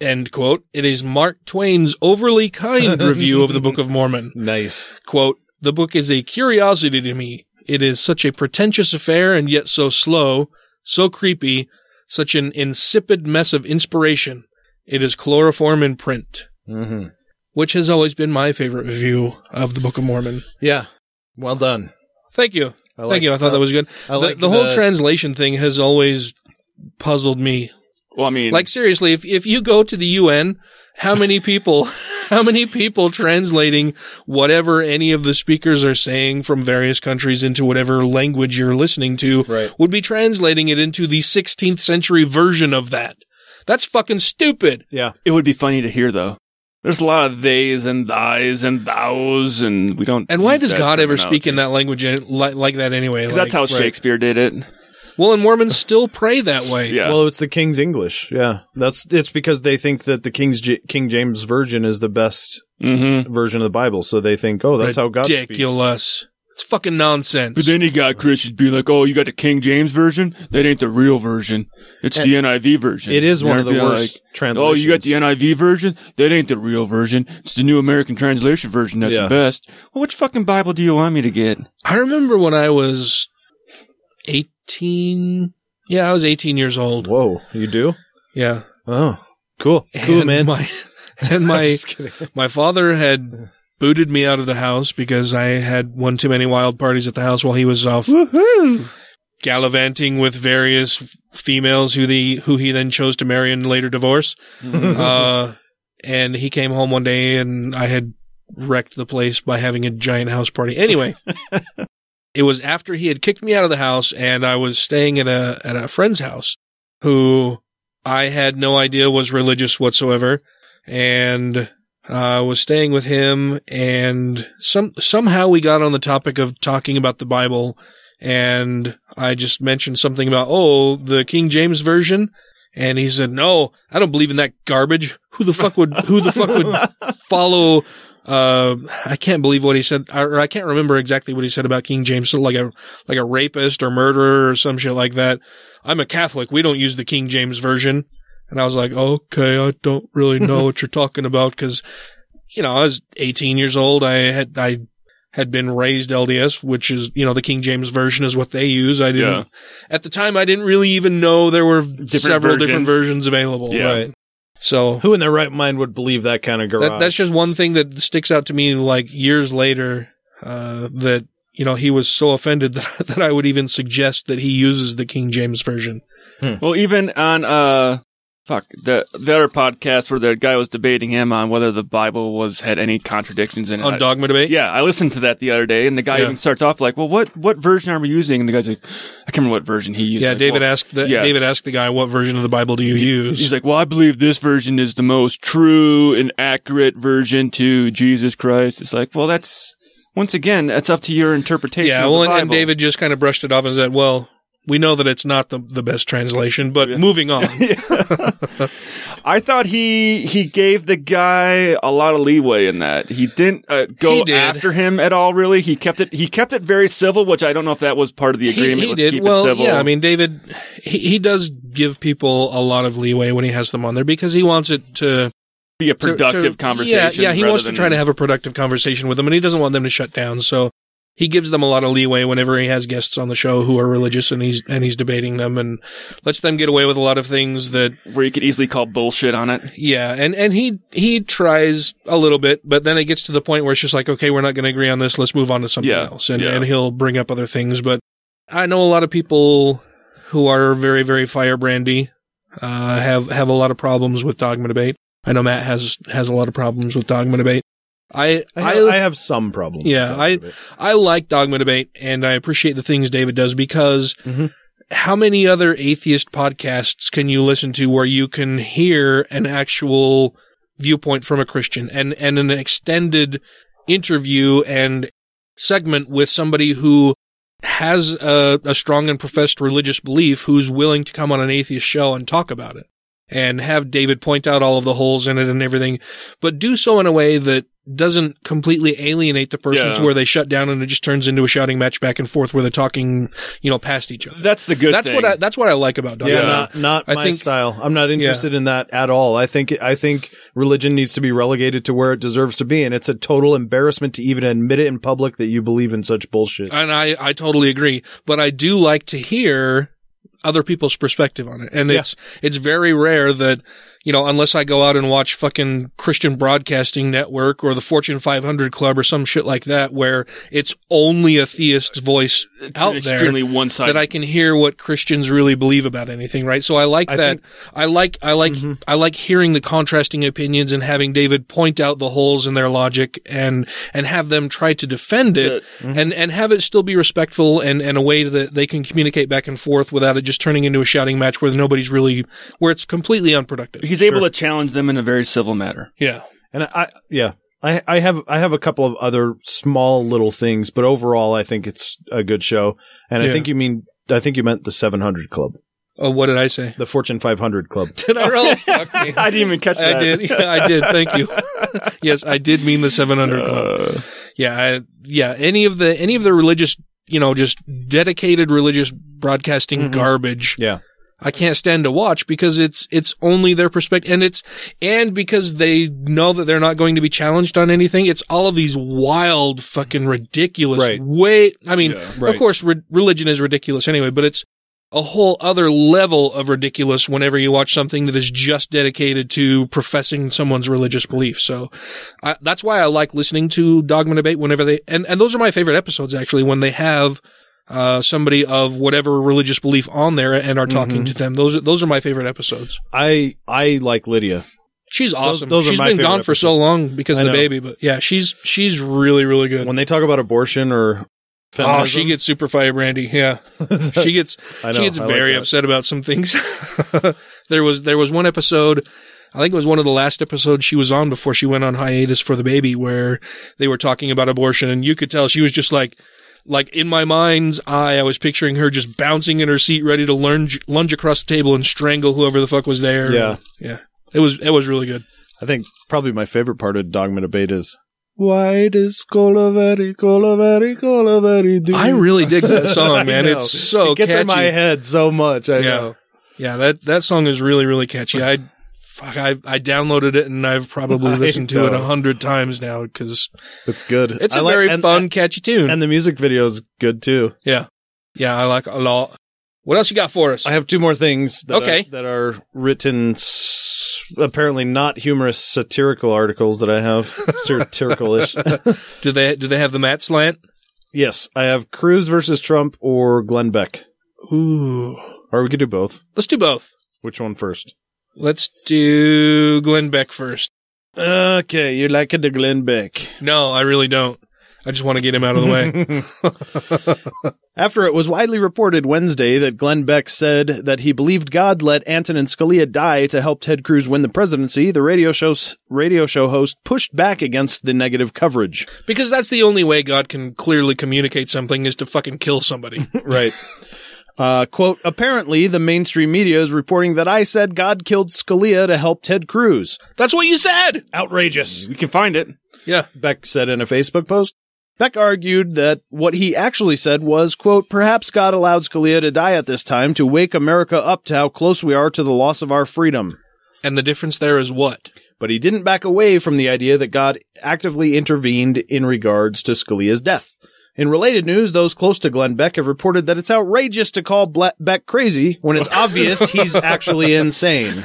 end quote, it is Mark Twain's overly kind review of the Book of Mormon.
Nice.
Quote, the book is a curiosity to me. It is such a pretentious affair and yet so slow, so creepy, such an insipid mess of inspiration. It is chloroform in print,
Mm-hmm.
which has always been my favorite review of the Book of Mormon.
Yeah. Well done.
Thank you.
I
Thank
like-
you. I thought that was good.
I
the,
like
the whole
the-
translation thing has always puzzled me.
Well, I mean,
Like seriously, if if you go to the UN, how many people, how many people translating whatever any of the speakers are saying from various countries into whatever language you're listening to would be translating it into the 16th century version of that. That's fucking stupid.
Yeah.
It would be funny to hear though. There's a lot of theys and thys and thous, and we don't.
And why
use
does
that
God ever speak
terminology.
in that language in- like, like that anyway?
'Cause
Like-
that's how
Right.
Shakespeare did it.
Well, and Mormons still pray that way.
Well, it's the King's English. Yeah. That's it's because they think that the King's J- King James version is the best version of the Bible, so they think, "Oh, that's how God speaks."
Ridiculous. It's fucking nonsense.
But then you got Christians be like, "Oh, you got the King James version? That ain't the real version. It's the NIV version.
It is
And
one of
they'd
the
be
worst
Oh, you got the NIV version? That ain't the real version. It's the New American Translation version. That's
Yeah.
the best. Well, which fucking Bible do you want me to get?
I remember when I was 18. Yeah, I was 18 years old.
Whoa, you do?
Yeah.
Oh, cool. Cool,
And
man.
my- and
I'm
my
just kidding.
my father had booted me out of the house because I had one too many wild parties at the house while he was off gallivanting with various females who the who he then chose to marry and later divorce. uh, and he came home one day and I had wrecked the place by having a giant house party. Anyway, it was after he had kicked me out of the house and I was staying at a at a friend's house who I had no idea was religious whatsoever. And uh, was staying with him, and some somehow we got on the topic of talking about the Bible, and I just mentioned something about oh the King James version, and he said no, I don't believe in that garbage. Who the fuck would who the fuck would follow? Uh, I can't believe what he said, or I can't remember exactly what he said about King James, so like a like a rapist or murderer or some shit like that. I'm a Catholic. We don't use the King James version. And I was like, okay, I don't really know what you're talking about because, you know, I was 18 years old. I had, I had been raised LDS, which is, you know, the King James version is what they use. I didn't,
Yeah.
at the time, I didn't really even know there were several different
versions.
versions available.
Yeah.
Right. So
who in their right mind would believe that kind of garage?
That, that's just one thing that sticks out to me like years later, uh, that, you know, he was so offended that, that I would even suggest that he uses the King James version.
Hmm.
Well, even on uh, fuck the the other podcast where the guy was debating him on whether the Bible was had any contradictions in it.
On dogma debate.
Yeah, I listened to that the other day, and the guy
Yeah.
even starts off like, "Well, what what version are we using?" And the guy's like, "I can't remember what version he used."
Yeah,
Like,
David
well,
asked the,
yeah.
David asked the guy, "What version of the Bible do you use?"
He's like, well, I believe this version is the most true and accurate version to Jesus Christ. It's like, well, that's once again, that's up to your interpretation.
"Yeah."
of
Well,
the
and, and
Bible.
David just kind of brushed it off and said, "Well, we know that it's not the the best translation, but moving on."
I thought he he gave the guy a lot of leeway in that. He didn't uh, go
He did.
after him at all. Really, he kept it he kept it very civil, which I don't know if that was part of the agreement.
He, he
Let's
did.
keep it
well,
civil.
yeah. I mean, David, he, he does give people a lot of leeway when he has them on there because he wants it to
be a productive conversation
Yeah, yeah. He
rather
wants to
than-
try to have a productive conversation with them, and he doesn't want them to shut down. So he gives them a lot of leeway whenever he has guests on the show who are religious, and he's and he's debating them, and lets them get away with a lot of things that
where you could easily call bullshit on it.
Yeah, and and he he tries a little bit, but then it gets to the point where it's just like, okay, we're not going to agree on this. Let's move on to something
Yeah,
else, and
yeah.
and he'll bring up other things. But I know a lot of people who are very very firebrandy uh, have have a lot of problems with dogma debate. I know Matt has has a lot of problems with dogma debate. I
I have, I have some problems. with
yeah,
that.
I I like dogma debate, and I appreciate the things David does because how many other atheist podcasts can you listen to where you can hear an actual viewpoint from a Christian and and an extended interview and segment with somebody who has a, a strong and professed religious belief who's willing to come on an atheist show and talk about it and have David point out all of the holes in it and everything, but do so in a way that doesn't completely alienate the person
Yeah.
to where they shut down and it just turns into a shouting match back and forth where they're talking, you know, past each other.
That's the good
That's
thing.
what I, that's what I like about Dogma.
yeah, not not
I
my
think-
style. I'm not interested in that at all. I think I think religion needs to be relegated to where it deserves to be, and it's a total embarrassment to even admit it in public that you believe in such bullshit.
And I, I totally agree, but I do like to hear other people's perspective on it. And
Yeah.
it's, it's very rare that, you know, unless I go out and watch fucking Christian Broadcasting Network or the Fortune 500 Club or some shit like that, where it's only a theist's voice out there.
extremely one-sided.
That I can hear what Christians really believe about anything, right? So I Mm-hmm. like
I
that.
think-
I like, I like, I like hearing the contrasting opinions and having David point out the holes in their logic and, and have them try to defend it and, and have it still be respectful and, and a way that they can communicate back and forth without it just turning into a shouting match where nobody's really, where it's completely unproductive.
He's able to challenge them in a very civil manner.
Yeah.
And I yeah. I, I have I have a couple of other small little things, but overall I think it's a good show. And
Yeah.
I think you mean I think you meant the 700 Club.
Oh, what did I say?
The Fortune 500 Club.
Did I really? Fuck me.
I didn't even catch
I
that.
did. Yeah, I did. Thank you. yes, I did mean the 700
Uh.
club. yeah, I, yeah. Any of the any of the religious, you know, just dedicated religious broadcasting garbage.
Mm-hmm. Yeah.
I can't stand to watch because it's it's only their perspective and it's and because they know that they're not going to be challenged on anything. It's all of these wild fucking ridiculous
Right.
way I mean,
right.
of course re- religion is ridiculous anyway, but it's a whole other level of ridiculous whenever you watch something that is just dedicated to professing someone's religious belief. So I, that's why I like listening to Dogma Debate whenever they, and, and those are my favorite episodes actually, when they have, uh, somebody of whatever religious belief on there and are talking
Mhm.
to them. Those are, those are my favorite episodes.
I I like Lydia.
She's
Those-
awesome.
those are
She's
my
been
favorite
gone for so
episodes.
long because
I
of the
know.
baby, but yeah, she's, she's really, really good.
When they talk about abortion or feminism,
Oh, she gets super firebrandy. Yeah, she gets
I know,
she gets
I like
very
that.
upset about some things. there was there was one episode I think it was one of the last episodes she was on before she went on hiatus for the baby where they were talking about abortion and you could tell she was just like, like in my mind's eye, I was picturing her just bouncing in her seat, ready to lunge, lunge across the table and strangle whoever the fuck was there.
Yeah.
Yeah. It was, it was really good.
I think probably my favorite part of Dogma Debate is
White is Colaveri, Colaveri, Colaveri. I really dig that
I
song, man.
know.
It's so
It gets
catchy.
in my head so much. I
yeah.
know.
Yeah, that that song is really really catchy. I fuck, I I downloaded it and I've probably
I
listened to it
know.
a hundred times now because
it's good.
It's
I
a
like-
very
and-
fun, catchy tune.
and the music video is good too.
yeah, yeah, I like it a lot. What else you got for us?
I have two more things. That
Okay.
are, that are written s- apparently not humorous satirical articles that I have satirical ish.
do they do they have the Matt slant?
Yes, I have Cruz versus Trump or Glenn Beck.
Ooh,
or we could do both.
Let's do both.
Which one first?
Let's do Glenn Beck first.
Okay, you like it, the Glenn Beck.
No, I really don't. I just want to get him out of the way.
After it was widely reported Wednesday that Glenn Beck said that he believed God let Antonin Scalia die to help Ted Cruz win the presidency, the radio show's radio show host pushed back against the negative coverage.
Because that's the only way God can clearly communicate something is to fucking kill somebody.
right. Uh, quote, apparently the mainstream media is reporting that I said God killed Scalia to help Ted Cruz.
That's what you said!
Outrageous. We can find it.
Yeah.
Beck said in a Facebook post. Beck argued that what he actually said was, quote, perhaps God allowed Scalia to die at this time to wake America up to how close we are to the loss of our freedom.
And the difference there is what?
But he didn't back away from the idea that God actively intervened in regards to Scalia's death. In related news, those close to Glenn Beck have reported that it's outrageous to call Bla- Beck crazy when it's obvious he's actually insane.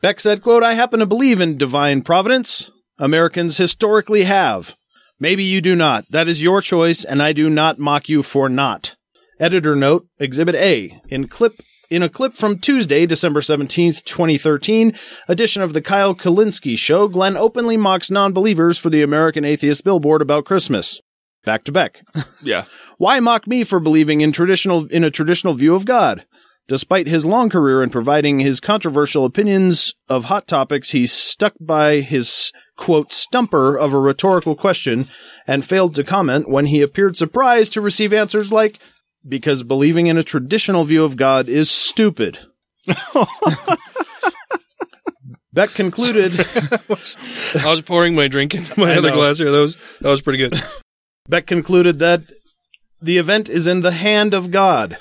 Beck said, quote, I happen to believe in divine providence. Americans historically have. Maybe you do not. That is your choice, and I do not mock you for not. Editor note, Exhibit A. In clip in a clip from Tuesday, December 17th, 2013, edition of the Kyle Kalinske show, Glenn openly mocks non-believers for the American Atheist billboard about Christmas. Back to Beck.
Yeah.
Why mock me for believing in traditional in a traditional view of God? Despite his long career in providing his controversial opinions of hot topics, he stuck by his quote stumper of a rhetorical question and failed to comment when he appeared surprised to receive answers like because believing in a traditional view of God is stupid. Beck concluded
I was pouring my drink into my
I
other
know.
glass here. That was that was pretty good.
Beck concluded that the event is in the hand of God.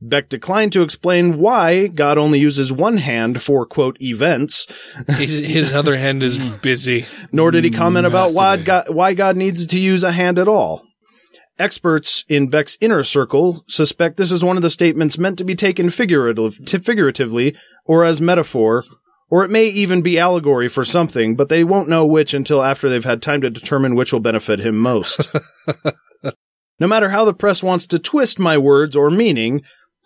Beck declined to explain why God only uses one hand for, quote, events.
His, his other hand is
Mm.
busy.
Nor did he comment about why God, why God needs to use a hand at all. Experts in Beck's inner circle suspect this is one of the statements meant to be taken figurative, t- figuratively or as metaphor, or it may even be allegory for something, but they won't know which until after they've had time to determine which will benefit him most. no matter how the press wants to twist my words or meaning,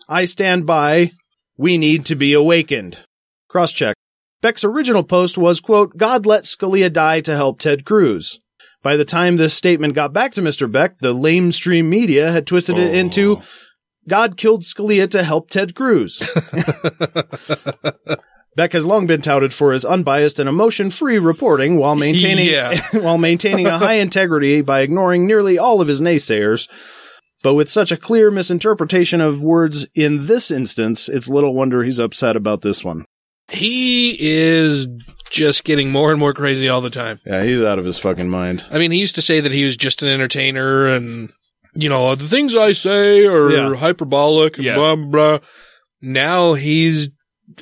I stand by, we need to be awakened. Crosscheck. Beck's original post was, quote, God let Scalia die to help Ted Cruz. By the time this statement got back to Mr. Beck, the lamestream media had twisted it into, God killed Scalia to help Ted Cruz. Beck has long been touted for his unbiased and emotion-free reporting while maintaining
Yeah.
while maintaining a high integrity by ignoring nearly all of his naysayers. But with such a clear misinterpretation of words in this instance, it's little wonder he's upset about this one.
He is just getting more and more crazy all the time.
Yeah, he's out of his fucking mind.
I mean, he used to say that he was just an entertainer and, you know, the things I say are
Yeah.
hyperbolic and
Yeah.
blah, blah. Now he's,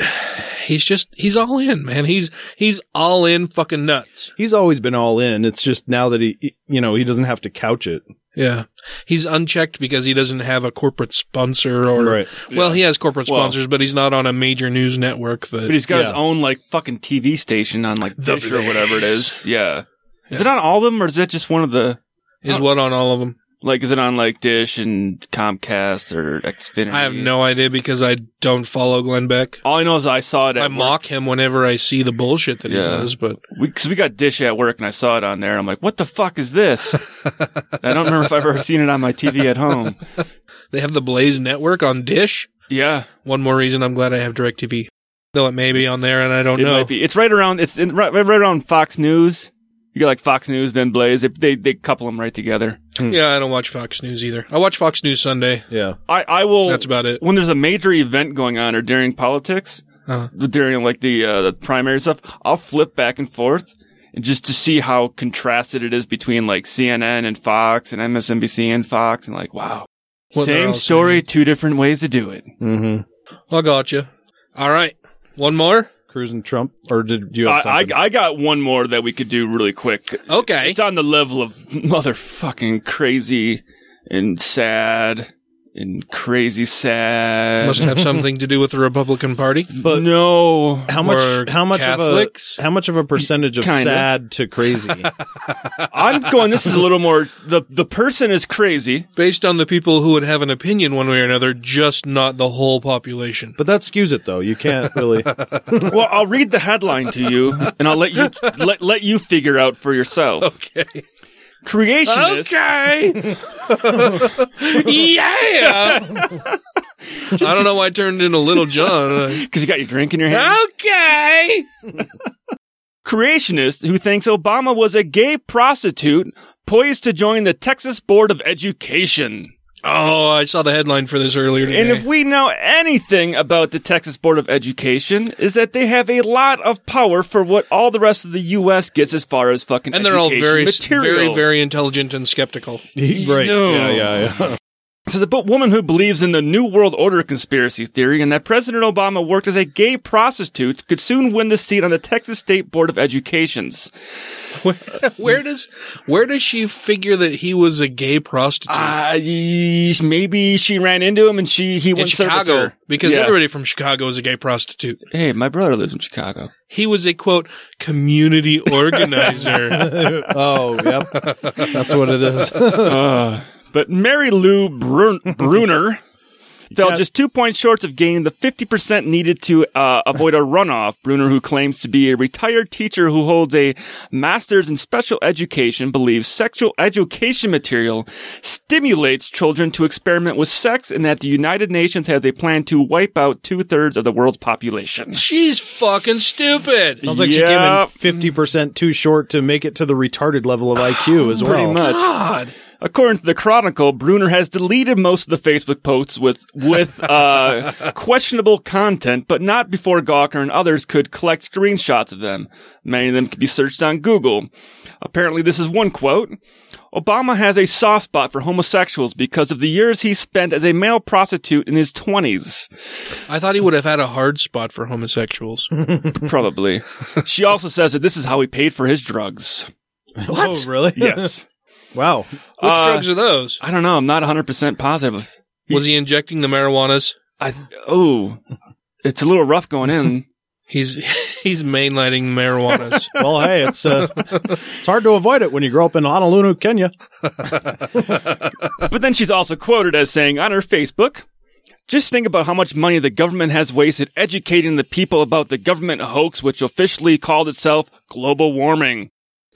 he's just, he's all in, man. He's, he's all in fucking nuts.
He's always been all in. It's just now that he, you know, he doesn't have to couch it.
Yeah. He's unchecked because he doesn't have a corporate sponsor or,
Right.
well, he has corporate
Well-
sponsors, but he's not on a major news network that,
But he's got his
Yeah.
own like fucking TV station on like
The
Dish or whatever it is. Yeah. Is
Yeah.
it on all of them or is that just one of the?
Is what on all of them?
Like, is it on like Dish and Comcast or Xfinity?
I have no idea because I don't follow Glenn Beck.
All I know is I saw it. At
I mock him whenever I see the bullshit that he does, but
we because we got Dish at work and I saw it on there. I'm like, what the fuck is this? I don't remember if I've ever seen it on my TV at home.
They have the Blaze Network on Dish.
Yeah.
One more reason I'm glad I have DirecTV. though it may be on there, and I don't
it
know.
might be. It's right around. It's in, right, right around Fox News. You got like Fox News, then Blaze. They they, they couple them right together.
Yeah, I don't watch Fox News either. I watch Fox News Sunday.
Yeah,
I I will.
That's about it.
When there's a major event going on or during politics,
Uh-huh.
during like the uh, the primary stuff, I'll flip back and forth and just to see how contrasted it is between like CNN and Fox and MSNBC and Fox and like wow,
What they're all
same story, two different ways to do it.
Mm-hmm.
I gotcha. All right, one more.
Cruising Trump, or did you? Have
I, I I got one more that we could do really quick.
Okay,
it's on the level of motherfucking crazy and sad and crazy sad.
Must have something to do with the Republican Party.
But no,
how much?
Or
How much
Catholics?
of a? How much of a percentage of
Kinda.
sad to crazy?
I'm going. This is a little more. The the person is crazy
based on the people who would have an opinion one way or another, just not the whole population.
but that skews it though. You can't really.
well, I'll read the headline to you, and I'll let you let let you figure out for yourself.
Okay.
Creationists.
Okay. yeah. I don't know why I turned into Little John.
Because you got your drink in your hand.
Okay.
Creationist who thinks Obama was a gay prostitute poised to join the Texas Board of Education.
Oh, I saw the headline for this earlier today.
And if we know anything about the Texas Board of Education, is that they have a lot of power for what all the rest of the U.S. gets as far as fucking
and they're all
education
very,
material.
very, very intelligent and skeptical.
right.
No.
Yeah, yeah, yeah.
It says about woman who believes in the New World Order conspiracy theory and that President Obama worked as a gay prostitute could soon win the seat on the Texas State Board of Educations.
where does where does she figure that he was a gay prostitute?
Uh, y- maybe she ran into him and she he
in
went
Chicago, because everybody from Chicago is a gay prostitute.
Hey, my brother lives in Chicago.
He was a quote community organizer.
oh, yep. That's what it is.
Uh, but Mary Lou Brun- Bruner fell just two points short of gaining the 50% needed to uh, avoid a runoff. Bruner, who claims to be a retired teacher who holds a master's in special education, believes sexual education material stimulates children to experiment with sex and that the United Nations has a plan to wipe out two thirds of the world's population.
She's fucking stupid.
Sounds like she came in fifty percent too short to make it to the retarded level of IQ as well.
Pretty much. According to the Chronicle, Bruner has deleted most of the Facebook posts with with uh, questionable content, but not before Gawker and others could collect screenshots of them. Many of them can be searched on Google. Apparently, this is one quote. Obama has a soft spot for homosexuals because of the years he spent as a male prostitute in his 20s.
I thought he would have had a hard spot for homosexuals.
Probably. she also says that this is how he paid for his drugs.
What? Oh, really?
Yes.
wow. Which
Which drugs are those?
I don't know. I'm not 100% positive.
Was he injecting the marijuanas?
I oh, it's a little rough going in.
He's he's mainlining marijuanas.
well, hey, it's uh, it's hard to avoid it when you grow up in Honolulu, Kenya.
but then she's also quoted as saying on her Facebook, just think about how much money the government has wasted educating the people about the government hoax, which officially called itself global warming.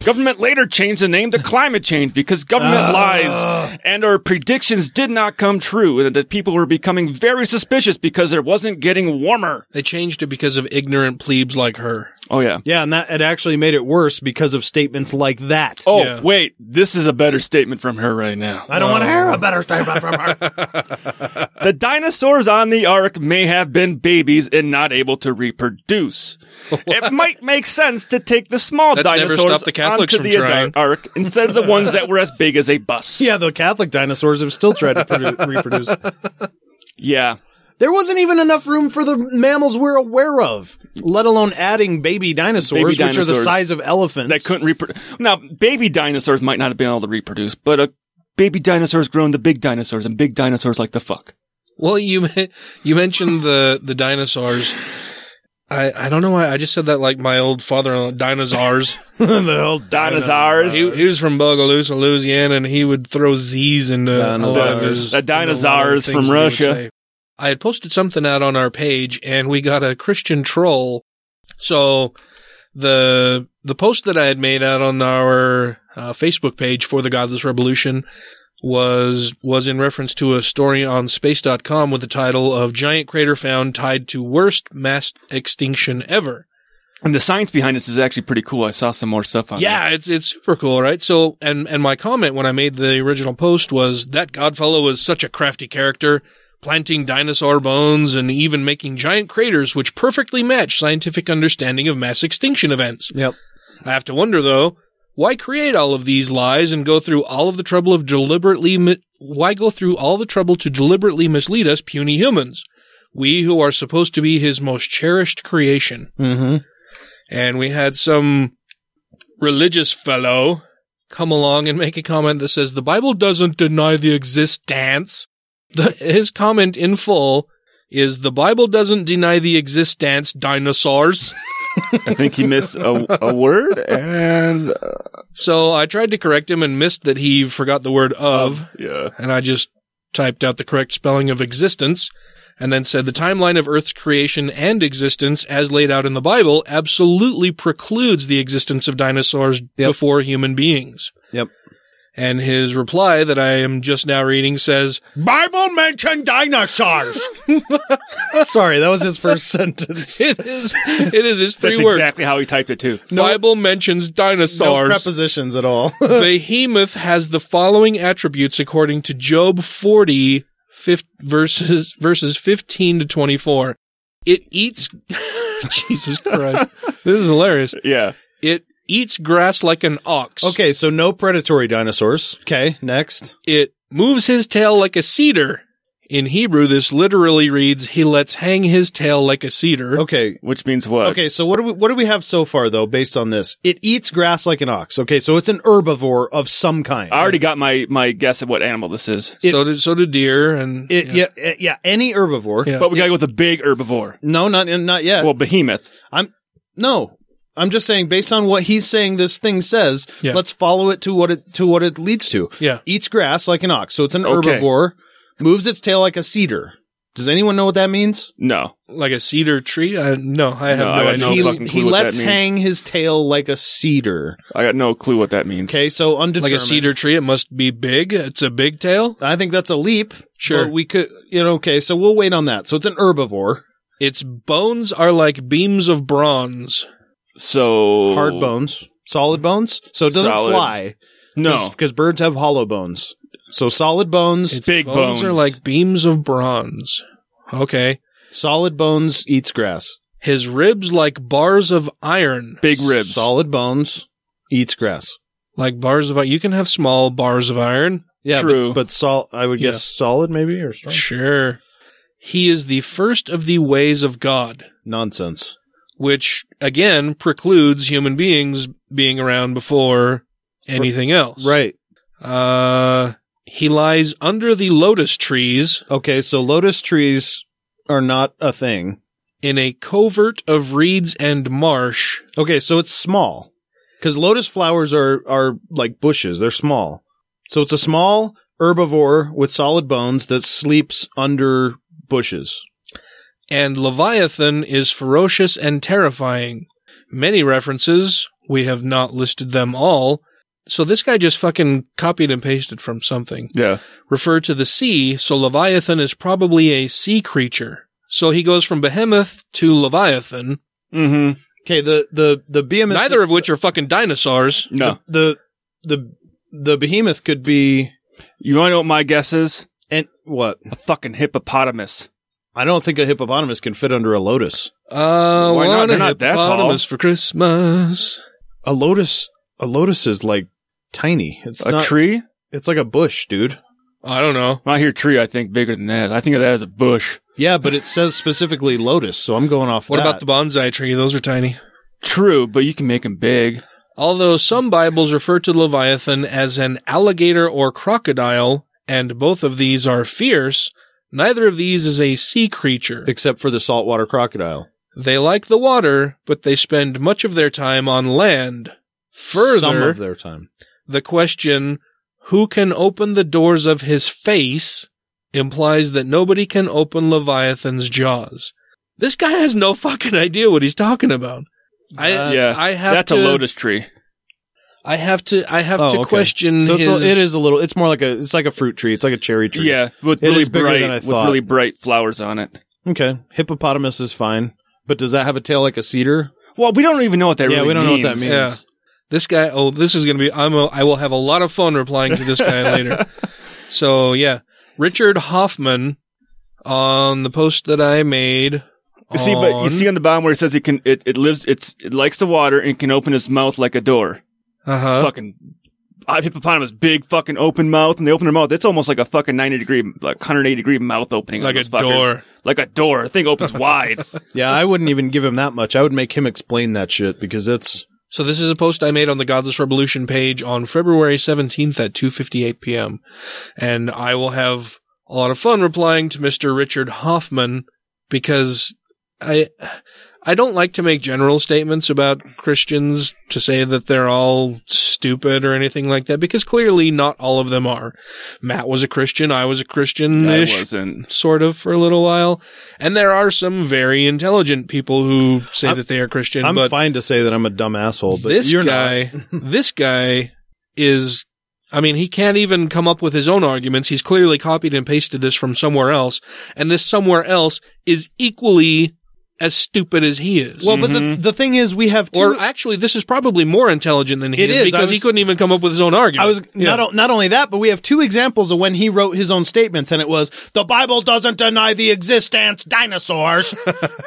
Government later changed the name to climate change because government lies and our predictions did not come true and that people were becoming very suspicious because it wasn't getting warmer.
They changed it because of ignorant plebes like her.
Oh yeah.
Yeah, and that it actually made it worse because of statements like that.
Oh, wait, this is a better statement from her right now.
I don't want to hear a better statement from her.
The dinosaurs on the ark may have been babies and not able to reproduce. It might make sense to take the small
That's never
dinosaurs
stopped the Catholics
onto
from
the
trying.
ark instead of the ones that were as big as a bus.
Yeah, the Catholic dinosaurs have still tried to produ- reproduce.
Yeah.
There wasn't even enough room for the mammals we're aware of, let alone adding baby dinosaurs,
Baby
which are the
dinosaurs.
size of elephants.
That couldn't reproduce. Now, baby dinosaurs might not have been able to reproduce, but a baby dinosaurs grown to big dinosaurs and big dinosaurs like the fuck.
Well, you you mentioned the the dinosaurs. I I don't know why I just said that like my old father dinosaurs.
the old
Dinosaurs.
He, he was from Bogalusa, Louisiana, and he would throw Z's into a lot of his-
The dinosaurs
a lot of the
from
things they would
Russia.
say. I had posted something out on our page, and we got a Christian troll. So the the post that I had made out on our uh, Facebook page for the Godless Revolution was was in reference to a story on space.com with the title of Giant Crater Found Tied to Worst Mass Extinction Ever.
And the science behind this is actually pretty cool. I saw some more stuff on
Yeah, it's it's super cool, right? So, and and my comment when I made the original post was that Godfellow was such a crafty character, planting dinosaur bones and even making giant craters, which perfectly match scientific understanding of mass extinction events.
Yep.
I have to wonder though, why create all of these lies and go through all of the trouble of deliberately? Mi- why go through all the trouble to deliberately mislead us puny humans? We who are supposed to be his most cherished creation
Mm-hmm.
and we had some religious fellow come along and make a comment that says the Bible doesn't deny the existence. The, his comment in full is the Bible doesn't deny the existence dinosaurs.
I think he missed a, a word, and uh,
So I tried to correct him and missed that he forgot the word of.
yeah.
And I just typed out the correct spelling of existence and then said the timeline of Earth's creation and existence as laid out in the Bible absolutely precludes the existence of dinosaurs before human beings.
Yep.
And his reply that I am just now reading says, Bible mentioned dinosaurs.
Sorry, that was his first sentence.
It is. It is his three
that's
words.
exactly how he typed it too.
Bible mentions
No
dinosaurs.
prepositions at all.
Behemoth has the following attributes according to Job 40 fif- verses verses 15 to 24. It eats Jesus Christ. This is hilarious.
Yeah.
It eats grass like an ox.
okay, so no predatory dinosaurs. Okay, next.
It moves his tail like a cedar. In Hebrew this literally reads he lets hang his tail like a cedar.
Okay.
Which means what?
Okay, so what do we what do we have so far though based on this? It eats grass like an ox. Okay, so it's an herbivore of some kind.
I already got my my guess of what animal this is.
so did so did deer and
It, yeah. eh, yeah, any herbivore.
But we gotta go with a big herbivore.
No, not not yet.
Well, behemoth.
I'm no. I'm just saying based on what he's saying this thing says,
Yeah.
let's follow it to what it to what it leads to.
Yeah.
Eats grass like an ox. So it's an
Okay.
herbivore, moves its tail like a cedar. Does anyone know what that means?
No.
Like a cedar tree? I, no, I have no, idea.
he he lets hang his tail like a cedar.
I got no clue what that means.
Okay, so
like
undetermined.
a cedar tree, it must be big. It's a big tail.
I think that's a leap.
Sure.
But we could, you know, okay, so we'll wait on that. So it's an herbivore.
Its bones are like beams of bronze.
So
Hard bones, solid bones. So it doesn't
Solid.
fly.
No.
Because birds have hollow bones. So solid bones.
big
bones are like beams of bronze. Okay.
Solid bones eats grass.
His ribs like bars of iron.
Big ribs.
Solid bones eats grass.
Like bars of iron. You can have small bars of iron.
Yeah.
True.
But, but sol- I would guess solid maybe or strong.
Sure. He is the first of the ways of God,
Nonsense.
which again precludes human beings being around before anything else.
Right.
Uh, he lies under the lotus trees
Okay, so lotus trees are not a thing.
in a covert of reeds and marsh.
Okay, so it's small. Because lotus flowers are, are like bushes. They're small. So it's a small herbivore with solid bones that sleeps under bushes.
and Leviathan is ferocious and terrifying. Many references, we have not listed them all. So this guy just fucking copied and pasted from something.
Yeah.
Refer to the sea, so Leviathan is probably a sea creature. So he goes from Behemoth to Leviathan,
Mm-hmm.
Okay, the, the, the behemoth.
neither of which are fucking dinosaurs.
No.
The, the, the behemoth could be,
You wanna know what my guess is?
and what?
A fucking hippopotamus.
I don't think a hippopotamus can fit under a lotus.
Uh,
Why not?
want
They're
a
not that tall.
hippopotamus for Christmas.
A lotus, a lotus is like tiny. It's
a
not-
tree?
It's like a bush, dude.
I don't know.
When I hear tree, I think bigger than that. I think of that as a bush.
Yeah, but it says specifically lotus, so I'm going off
What
that.
about the bonsai tree? Those are tiny.
True, but you can make them big.
Although some Bibles refer to Leviathan as an alligator or crocodile, and both of these are fierce, neither of these is a sea creature.
Except for the saltwater crocodile.
They like the water, but they spend much of their time on land.
Some
Further,
of their time.
the question, who can open the doors of his face, implies that nobody can open Leviathan's jaws. This guy has
Uh,
no fucking idea what he's talking about. I,
yeah.
I have
That's
to,
a lotus tree.
I have to. I have
Oh,
to
okay.
question
So it's a-
his.
it is a little. It's more like a. It's like a fruit tree. It's like a cherry tree.
Yeah, with
It
really
is bigger
bright
than I
with
thought.
really bright flowers on it.
Okay, hippopotamus is fine, but does that have a tail like a cedar?
Well, we don't even know what
that Yeah, really we don't know what that means. means.
This guy. Oh, this is going to be. I'm. A, I will have a lot of fun replying to this guy later. So yeah, Richard Hoffman on the post that I made.
You see, but you see on the bottom where it says it can, it, it lives, it's, it likes the water and it can open its mouth like a door.
Uh
Uh-huh.
huh.
Fucking I, hippopotamus, big fucking open mouth, and they open their mouth. It's almost like a fucking ninety degree, like hundred eighty degree mouth opening. on
Like a
those fuckers.
door.
like a door. The thing opens wide.
Yeah, I wouldn't even give him that much. I would make him explain that shit because it's
So this is a post I made on the Godless Revolution page on February 17th at 2:58 p.m. and I will have a lot of fun replying to Mr. Richard Hoffman because I I don't like to make general statements about Christians to say that they're all stupid or anything like that because clearly not all of them are. Matt was a Christian, I was a Christian
I
ish
wasn't.
sort of for a little while and there are some very intelligent people who say
I'm-
that they are Christian
I'm
but
fine to say that I'm a dumb asshole, but
this
you're
guy, this guy is, I mean, he can't even come up with his own arguments. He's clearly copied and pasted this from somewhere else. And this somewhere else is equally as stupid as he is.
Well, but the- Mhm. the thing is, we have two-
or actually, this is probably more intelligent than he
It
is,
is. I
because he
was-
couldn't even come up with his own argument.
I was
Yeah.
not o- not only that, but we have two examples of when he wrote his own statements, and it was the Bible doesn't deny the existence dinosaurs,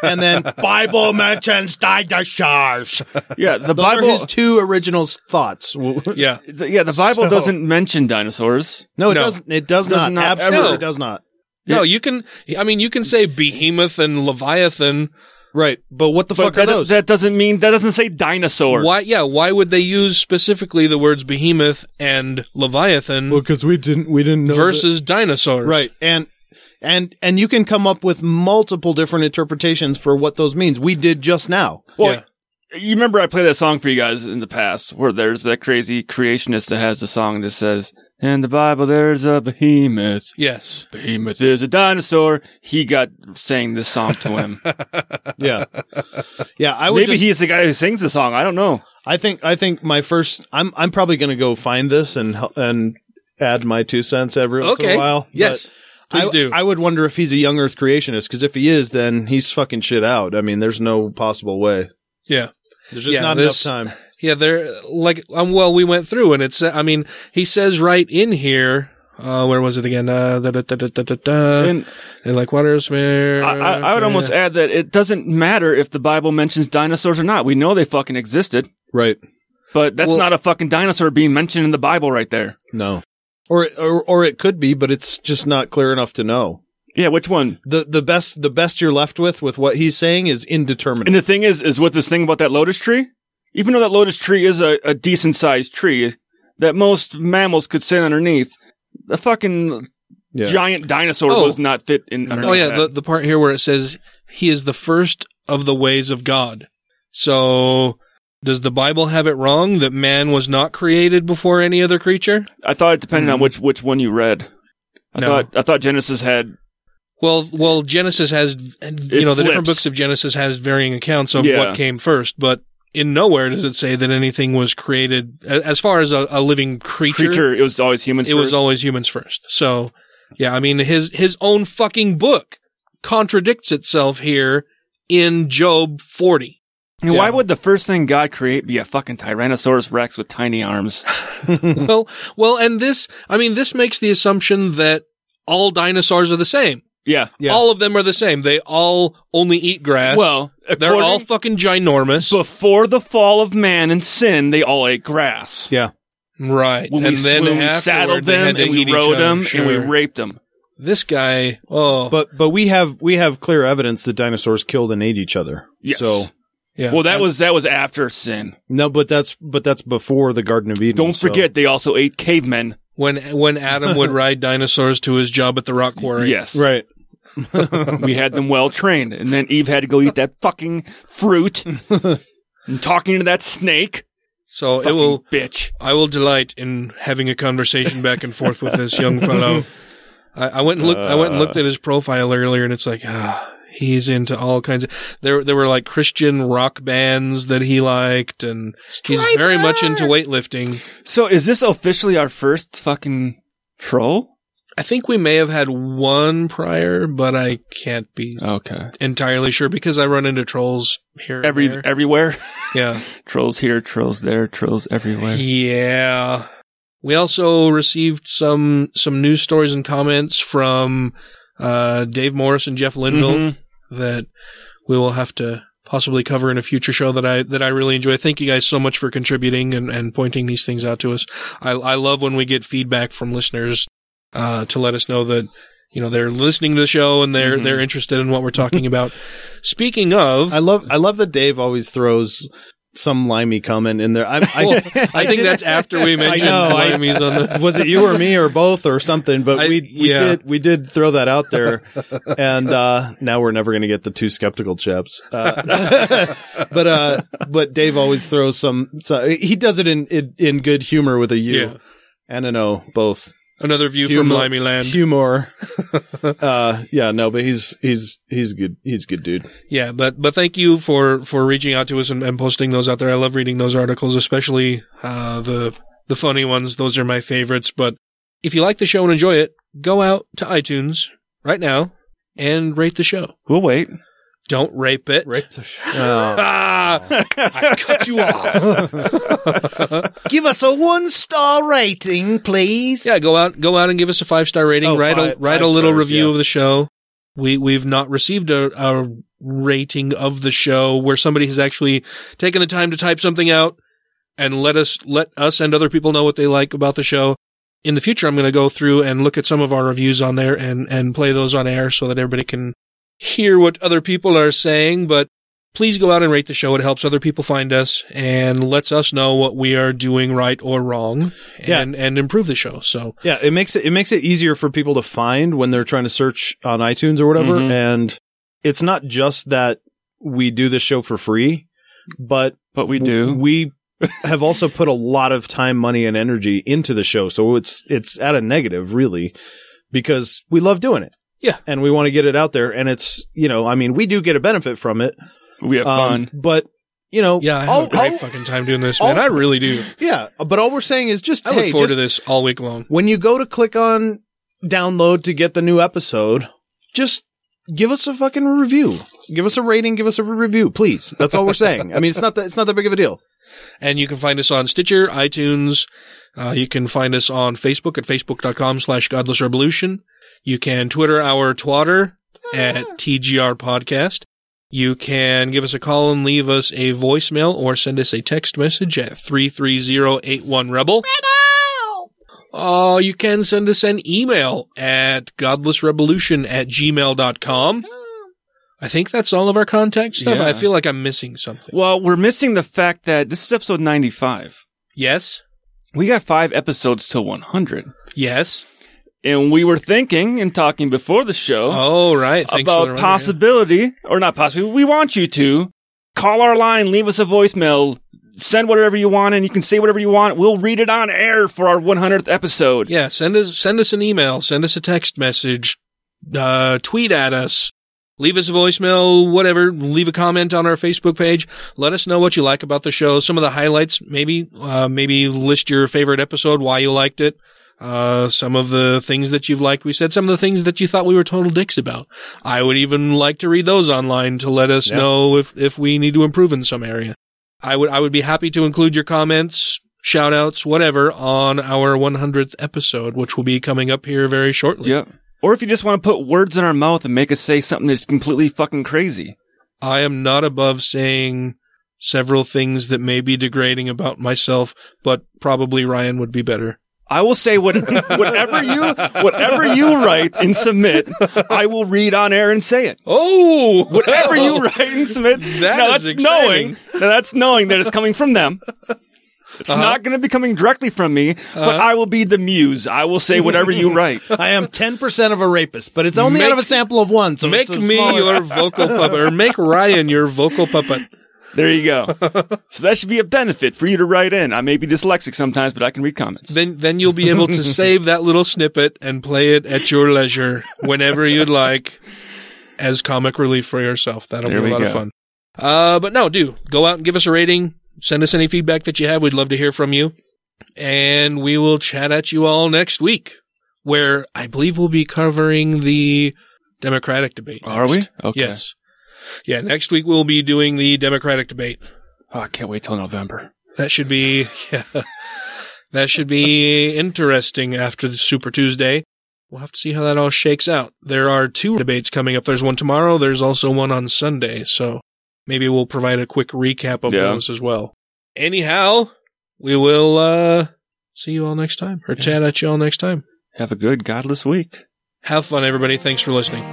and then Bible mentions dinosaurs.
Yeah, the
Those are
Bible-
his two original s- thoughts.
yeah,
The- yeah. The Bible
So-
doesn't mention dinosaurs.
No, it doesn't. It does,
Does
not.
not
Absolutely
ever.
does not.
No, you can, I mean, you can say behemoth and leviathan.
Right. But what the
But that, that doesn't mean that doesn't say dinosaur.
Why? Yeah. Why would they use specifically the words behemoth and leviathan? Well,
because we didn't we didn't
know versus dinosaurs,
Right. And and and you can come up with multiple different interpretations for what those means. We did just now.
Well, you remember I played that song for you guys in the past, where there's that crazy creationist that has the song that says, "In the Bible, there's a behemoth.
Yes,
behemoth is a dinosaur." He got sang this song to him.
yeah, yeah. I would
maybe he's the guy who sings the song. I don't know.
I think I think my first. I'm I'm probably going to go find this and hel- and add my two cents every once in
Okay.
a while.
Yes.
But
Please
I,
do.
I would wonder if he's a young Earth creationist because if he is, then he's fucking shit out. I mean, there's no possible way.
Yeah.
There's just not
this-
enough time.
Yeah, there, like, um, well, we went through and it's, I mean, he says right in here, uh, where was it again? Uh, da, da, da, da, da, da, da.
And-
they like waters where,
I, I, I would almost add that it doesn't matter if the Bible mentions dinosaurs or not. We know they fucking existed,
right?
But that's
Well-
not a fucking dinosaur being mentioned in the Bible, right there.
No. Or, or or it could be, but it's just not clear enough to know.
Yeah, which one?
The the best the best you're left with with what he's saying is indeterminate.
And the thing is, is with this thing about that lotus tree, even though that lotus tree is a, a decent sized tree that most mammals could sit underneath, the fucking
Yeah.
giant dinosaur
Oh.
was not fit in underneath.
Oh yeah, the,
that.
the part here where it says he is the first of the ways of God. So does the Bible have it wrong that man was not created before any other creature?
I thought it depended on which which one you read. I
Mm-hmm. No.
thought I thought Genesis had
Well, well, Genesis has, and, you
It
know, the different
flips.
books of Genesis has varying accounts of
Yeah.
what came first, but in nowhere does it say that anything was created a- as far as a, a living creature.
creature. It was always humans.
it was
first.
always humans first. So, yeah, I mean, his his own fucking book contradicts itself here in Job forty.
And Why would the first thing God create be a fucking Tyrannosaurus Rex with tiny arms?
well, well, and this, I mean, this makes the assumption that all dinosaurs are the same.
Yeah,
All of them are the same. They all only eat grass.
Well,
they're all
according-
fucking ginormous.
Before the fall of man and sin, they all ate grass.
Yeah.
Right.
When
and
we,
then
when we
afterward,
saddled
they
them
had to
and we
eat each
rode
other,
them and we
sure.
raped them.
This guy, oh,
But but we have we have clear evidence that dinosaurs killed and ate each other.
Yes.
So
Well, that was that was after sin.
no, but that's but that's before the Garden of Eden.
Don't
so-
forget, they also ate cavemen.
when when Adam would ride dinosaurs to his job at the rock quarry.
Yes. Right. we had them well trained, and then Eve had to go eat that fucking fruit. and talking to that snake.
So
Fucking
it will
bitch.
I will delight in having a conversation back and forth with this young fellow. I, I went and looked. I went and looked at his profile earlier, and it's like ah, he's into all kinds of there there were like Christian rock bands that he liked and he's very much into weightlifting.
So is this officially our first fucking troll?
I think we may have had one prior, but I can't be
Okay.
entirely sure because I run into trolls here and
Every
there.
everywhere.
Yeah.
trolls here, trolls there, trolls everywhere.
Yeah. We also received some some news stories and comments from uh, Dave Morris and Jeff Linville
Mhm.
Mm-hmm.
that we will have to possibly cover in a future show that I that I really enjoy. Thank you guys so much for contributing and, and pointing these things out to us. I, I love when we get feedback from listeners uh, to let us know that you know they're listening to the show and they're they're interested in what we're talking about. Speaking of,
Mm-hmm. I love I love that Dave always throws some limey comment in there. I, I,
Well, I think that's after we mentioned
I-
limeys on the-
was it you or me or both or something? But we we
yeah.
did we did throw that out there, and uh, now we're never going to get the two skeptical chaps. Uh, but uh, but Dave always throws some. So he does it in in, in good humor with a U
Yeah.
and an O both.
Another view from Limey Land.
Humor. uh, yeah, no, but he's he's he's a good he's a good dude.
Yeah, but but thank you for for reaching out to us and, and posting those out there. I love reading those articles, especially uh, the the funny ones. Those are my favorites. But if you like the show and enjoy it, go out to iTunes right now and rate the show.
We'll wait.
Don't rape it. Rape
the show.
I cut you off.
Give us a one star rating, please.
Yeah, go out, go out and give us a five star rating.
Oh,
write
five-
a write a
five
little
stars,
review
yeah.
of the show. We we've not received a, a rating of the show where somebody has actually taken the time to type something out and let us let us and other people know what they like about the show. In the future, I'm going to go through and look at some of our reviews on there and and play those on air so that everybody can hear what other people are saying. But please go out and rate the show. It helps other people find us and lets us know what we are doing right or wrong
Yeah.
and and improve the show. So
Yeah, it makes it it makes it easier for people to find when they're trying to search on iTunes or whatever.
Mhm.
And it's not just that we do this show for free, but
but we
do. We have also put a lot of time, money, and energy into the show, so it's it's at a negative really because we love doing it.
Yeah,
and we want to get it out there, and it's you know, I mean, we do get a benefit from it.
We have
Um,
fun.
Um, but you know,
yeah, I have
all-
a great
all-
fucking time doing this, man.
all-
I really do.
yeah, but all we're saying is just
I look
oh, hey,
forward to
just-
this all week long.
when you go to click on download to get the new episode, just give us a fucking review. Give us a rating, give us a review, please. That's all we're saying. I mean, it's not that it's not that big of a deal.
And you can find us on Stitcher, iTunes. Uh, you can find us on Facebook at facebook.com slash godless revolution. You can Twitter our twatter at TGR podcast. You can give us a call and leave us a voicemail or send us a text message at 33081 Rebel. Oh, you can send us an email at godlessrevolution at gmail.com. I think that's all of our contact stuff.
Yeah.
I feel like I'm missing something.
Well, we're missing the fact that this is episode 95.
Yes.
We got five episodes till 100.
Yes.
And we were thinking and talking before the show.
Oh, right. Thanks for the
about
reminder,
possibility, or not possibility, we want you to call our line, leave us a voicemail, send whatever you want, and you can say whatever you want. We'll read it on air for our 100th episode.
Yeah, send us send us an email, send us a text message, uh, tweet at us, leave us a voicemail, whatever. Leave a comment on our Facebook page. Let us know what you like about the show. Some of the highlights, maybe uh, maybe list your favorite episode, why you liked it. Uh, some of the things that you've liked, we said some of the things that you thought we were total dicks about. I would even like to read those online to let us
Yeah.
know if, if we need to improve in some area. I would I would be happy to include your comments, shout outs, whatever on our 100th episode, which will be coming up here very shortly.
Yep. Or if you just want to put words in our mouth and make us say something that's completely fucking crazy.
I am not above saying several things that may be degrading about myself, but probably Ryan would be better.
I will say what whatever you whatever you write and submit, I will read on air and say it.
Oh,
whatever you write and submit.
That
now
is
that's
exciting.
knowing. Now that's knowing that it's coming from them. It's
Uh-huh.
not going to be coming directly from me,
Uh-huh.
but I will be the muse. I will say whatever you write.
I am ten percent of a rapist, but it's only
Make-
out of a sample of one. So
make
it's a
me
smaller-
your vocal puppet, or make Ryan your vocal puppet.
There you go. So that should be a benefit for you to write in. I may be dyslexic sometimes, but I can read comments.
Then, then you'll be able to save that little snippet and play it at your leisure whenever you'd like. as comic relief for yourself. That'll
There
be
we
a lot
go.
of fun. Uh, but no, do go out and give us a rating. Send us any feedback that you have. We'd love to hear from you. And we will chat at you all next week, where I believe we'll be covering the Democratic debate.
Are we?
next.
Okay.
Yes. Yeah, next week we'll be doing the Democratic debate.
Oh, I can't wait till November.
That should be yeah. That should be interesting after the Super Tuesday. We'll have to see how that all shakes out. There are two debates coming up. There's one tomorrow, there's also one on Sunday, so maybe we'll provide a quick recap of
Yeah.
those as well. Anyhow, we will uh see you all next time or chat at you all next time.
Have a good godless week.
Have fun everybody. Thanks for listening.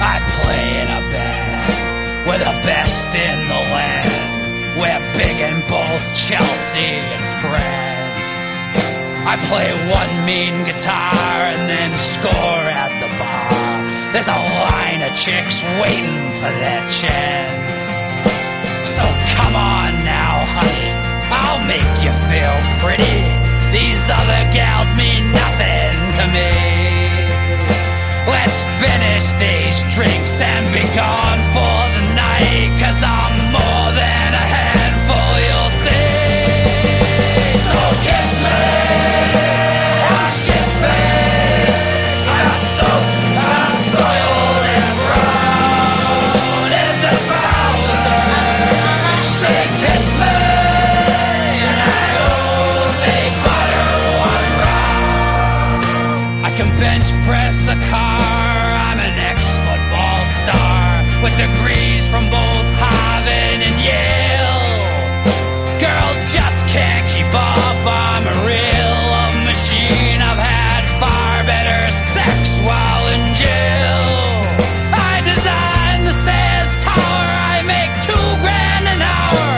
I play in a band. We're the best in the land. We're big in both Chelsea and France. I play one mean guitar and then score at the bar. There's a line of chicks waiting for their chance. So come on now, honey. I'll make you feel pretty. These other gals mean nothing to me. Let's finish these drinks and be gone for the night. Cause I'm more than a handful, you'll see. So kiss me. I'm shit-faced. I'm soaked, I'm soiled and brown. And the smiles are She kissed me. And I only bought her one round. I can bench press a car. I'm an ex-football star with degrees from both Harvard and Yale. Girls just can't keep up. I'm a real machine. I've had far better sex while in jail. I design the Sears Tower. I make two grand an hour.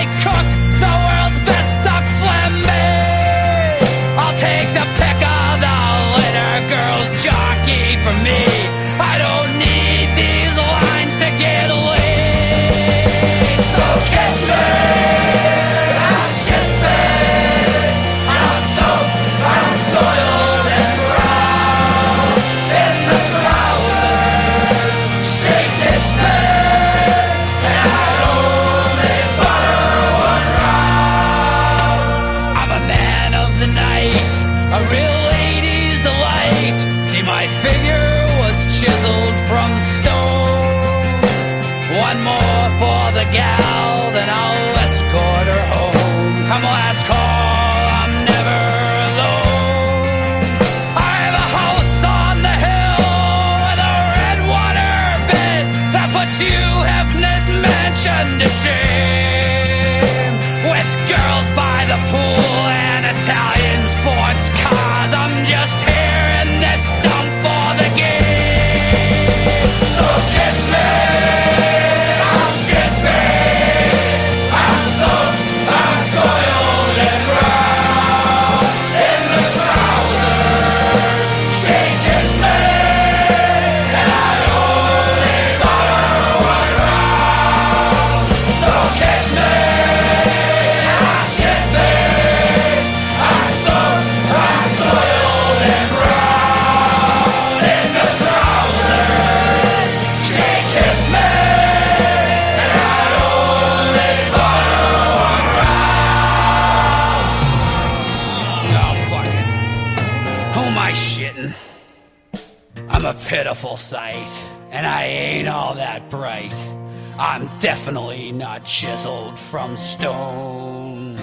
I cook the world's best duck flambe. I'll take the pick of the litter, girls jockey for me. I don't need these lines to get laid. So kiss me. I'm shit-faced. I'm soaked. I'm soiled and brown. In the trousers, she kissed me. And I only bought her one round. I'm a man of the night, a real lady's delight. See, my figure was chiseled from stone. One more for the gal, then I'll escort her home. Come last call, I'm never alone. I have a house on the hill with a red water bed that puts you Hefner's mansion to shame. With girls by the pool and Italian sports cars, I'm just here in this dump for the game. So kiss me. I'm shit-faced. I'm soaked. I'm soiled and brown. In the trousers, she kissed me, and I only got her one round. So kiss me. I'm shit-faced. I'm soaked. I'm soiled and brown. In the trousers, she kissed me, and I only got her one round. Oh, fuck it. Who am I shitting? I'm a pitiful sight, and I ain't all that bright. I'm definitely not chiseled from stone.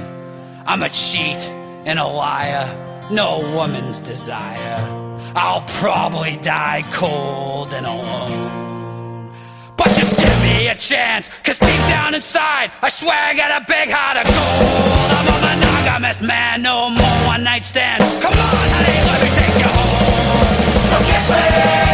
I'm a cheat and a liar, no woman's desire. I'll probably die cold and alone. But just give me a chance, cause deep down inside, I swear I got a big heart of gold. I'm a monogamous man, no more one night stand. Come on, honey, let me take you home. So kiss me.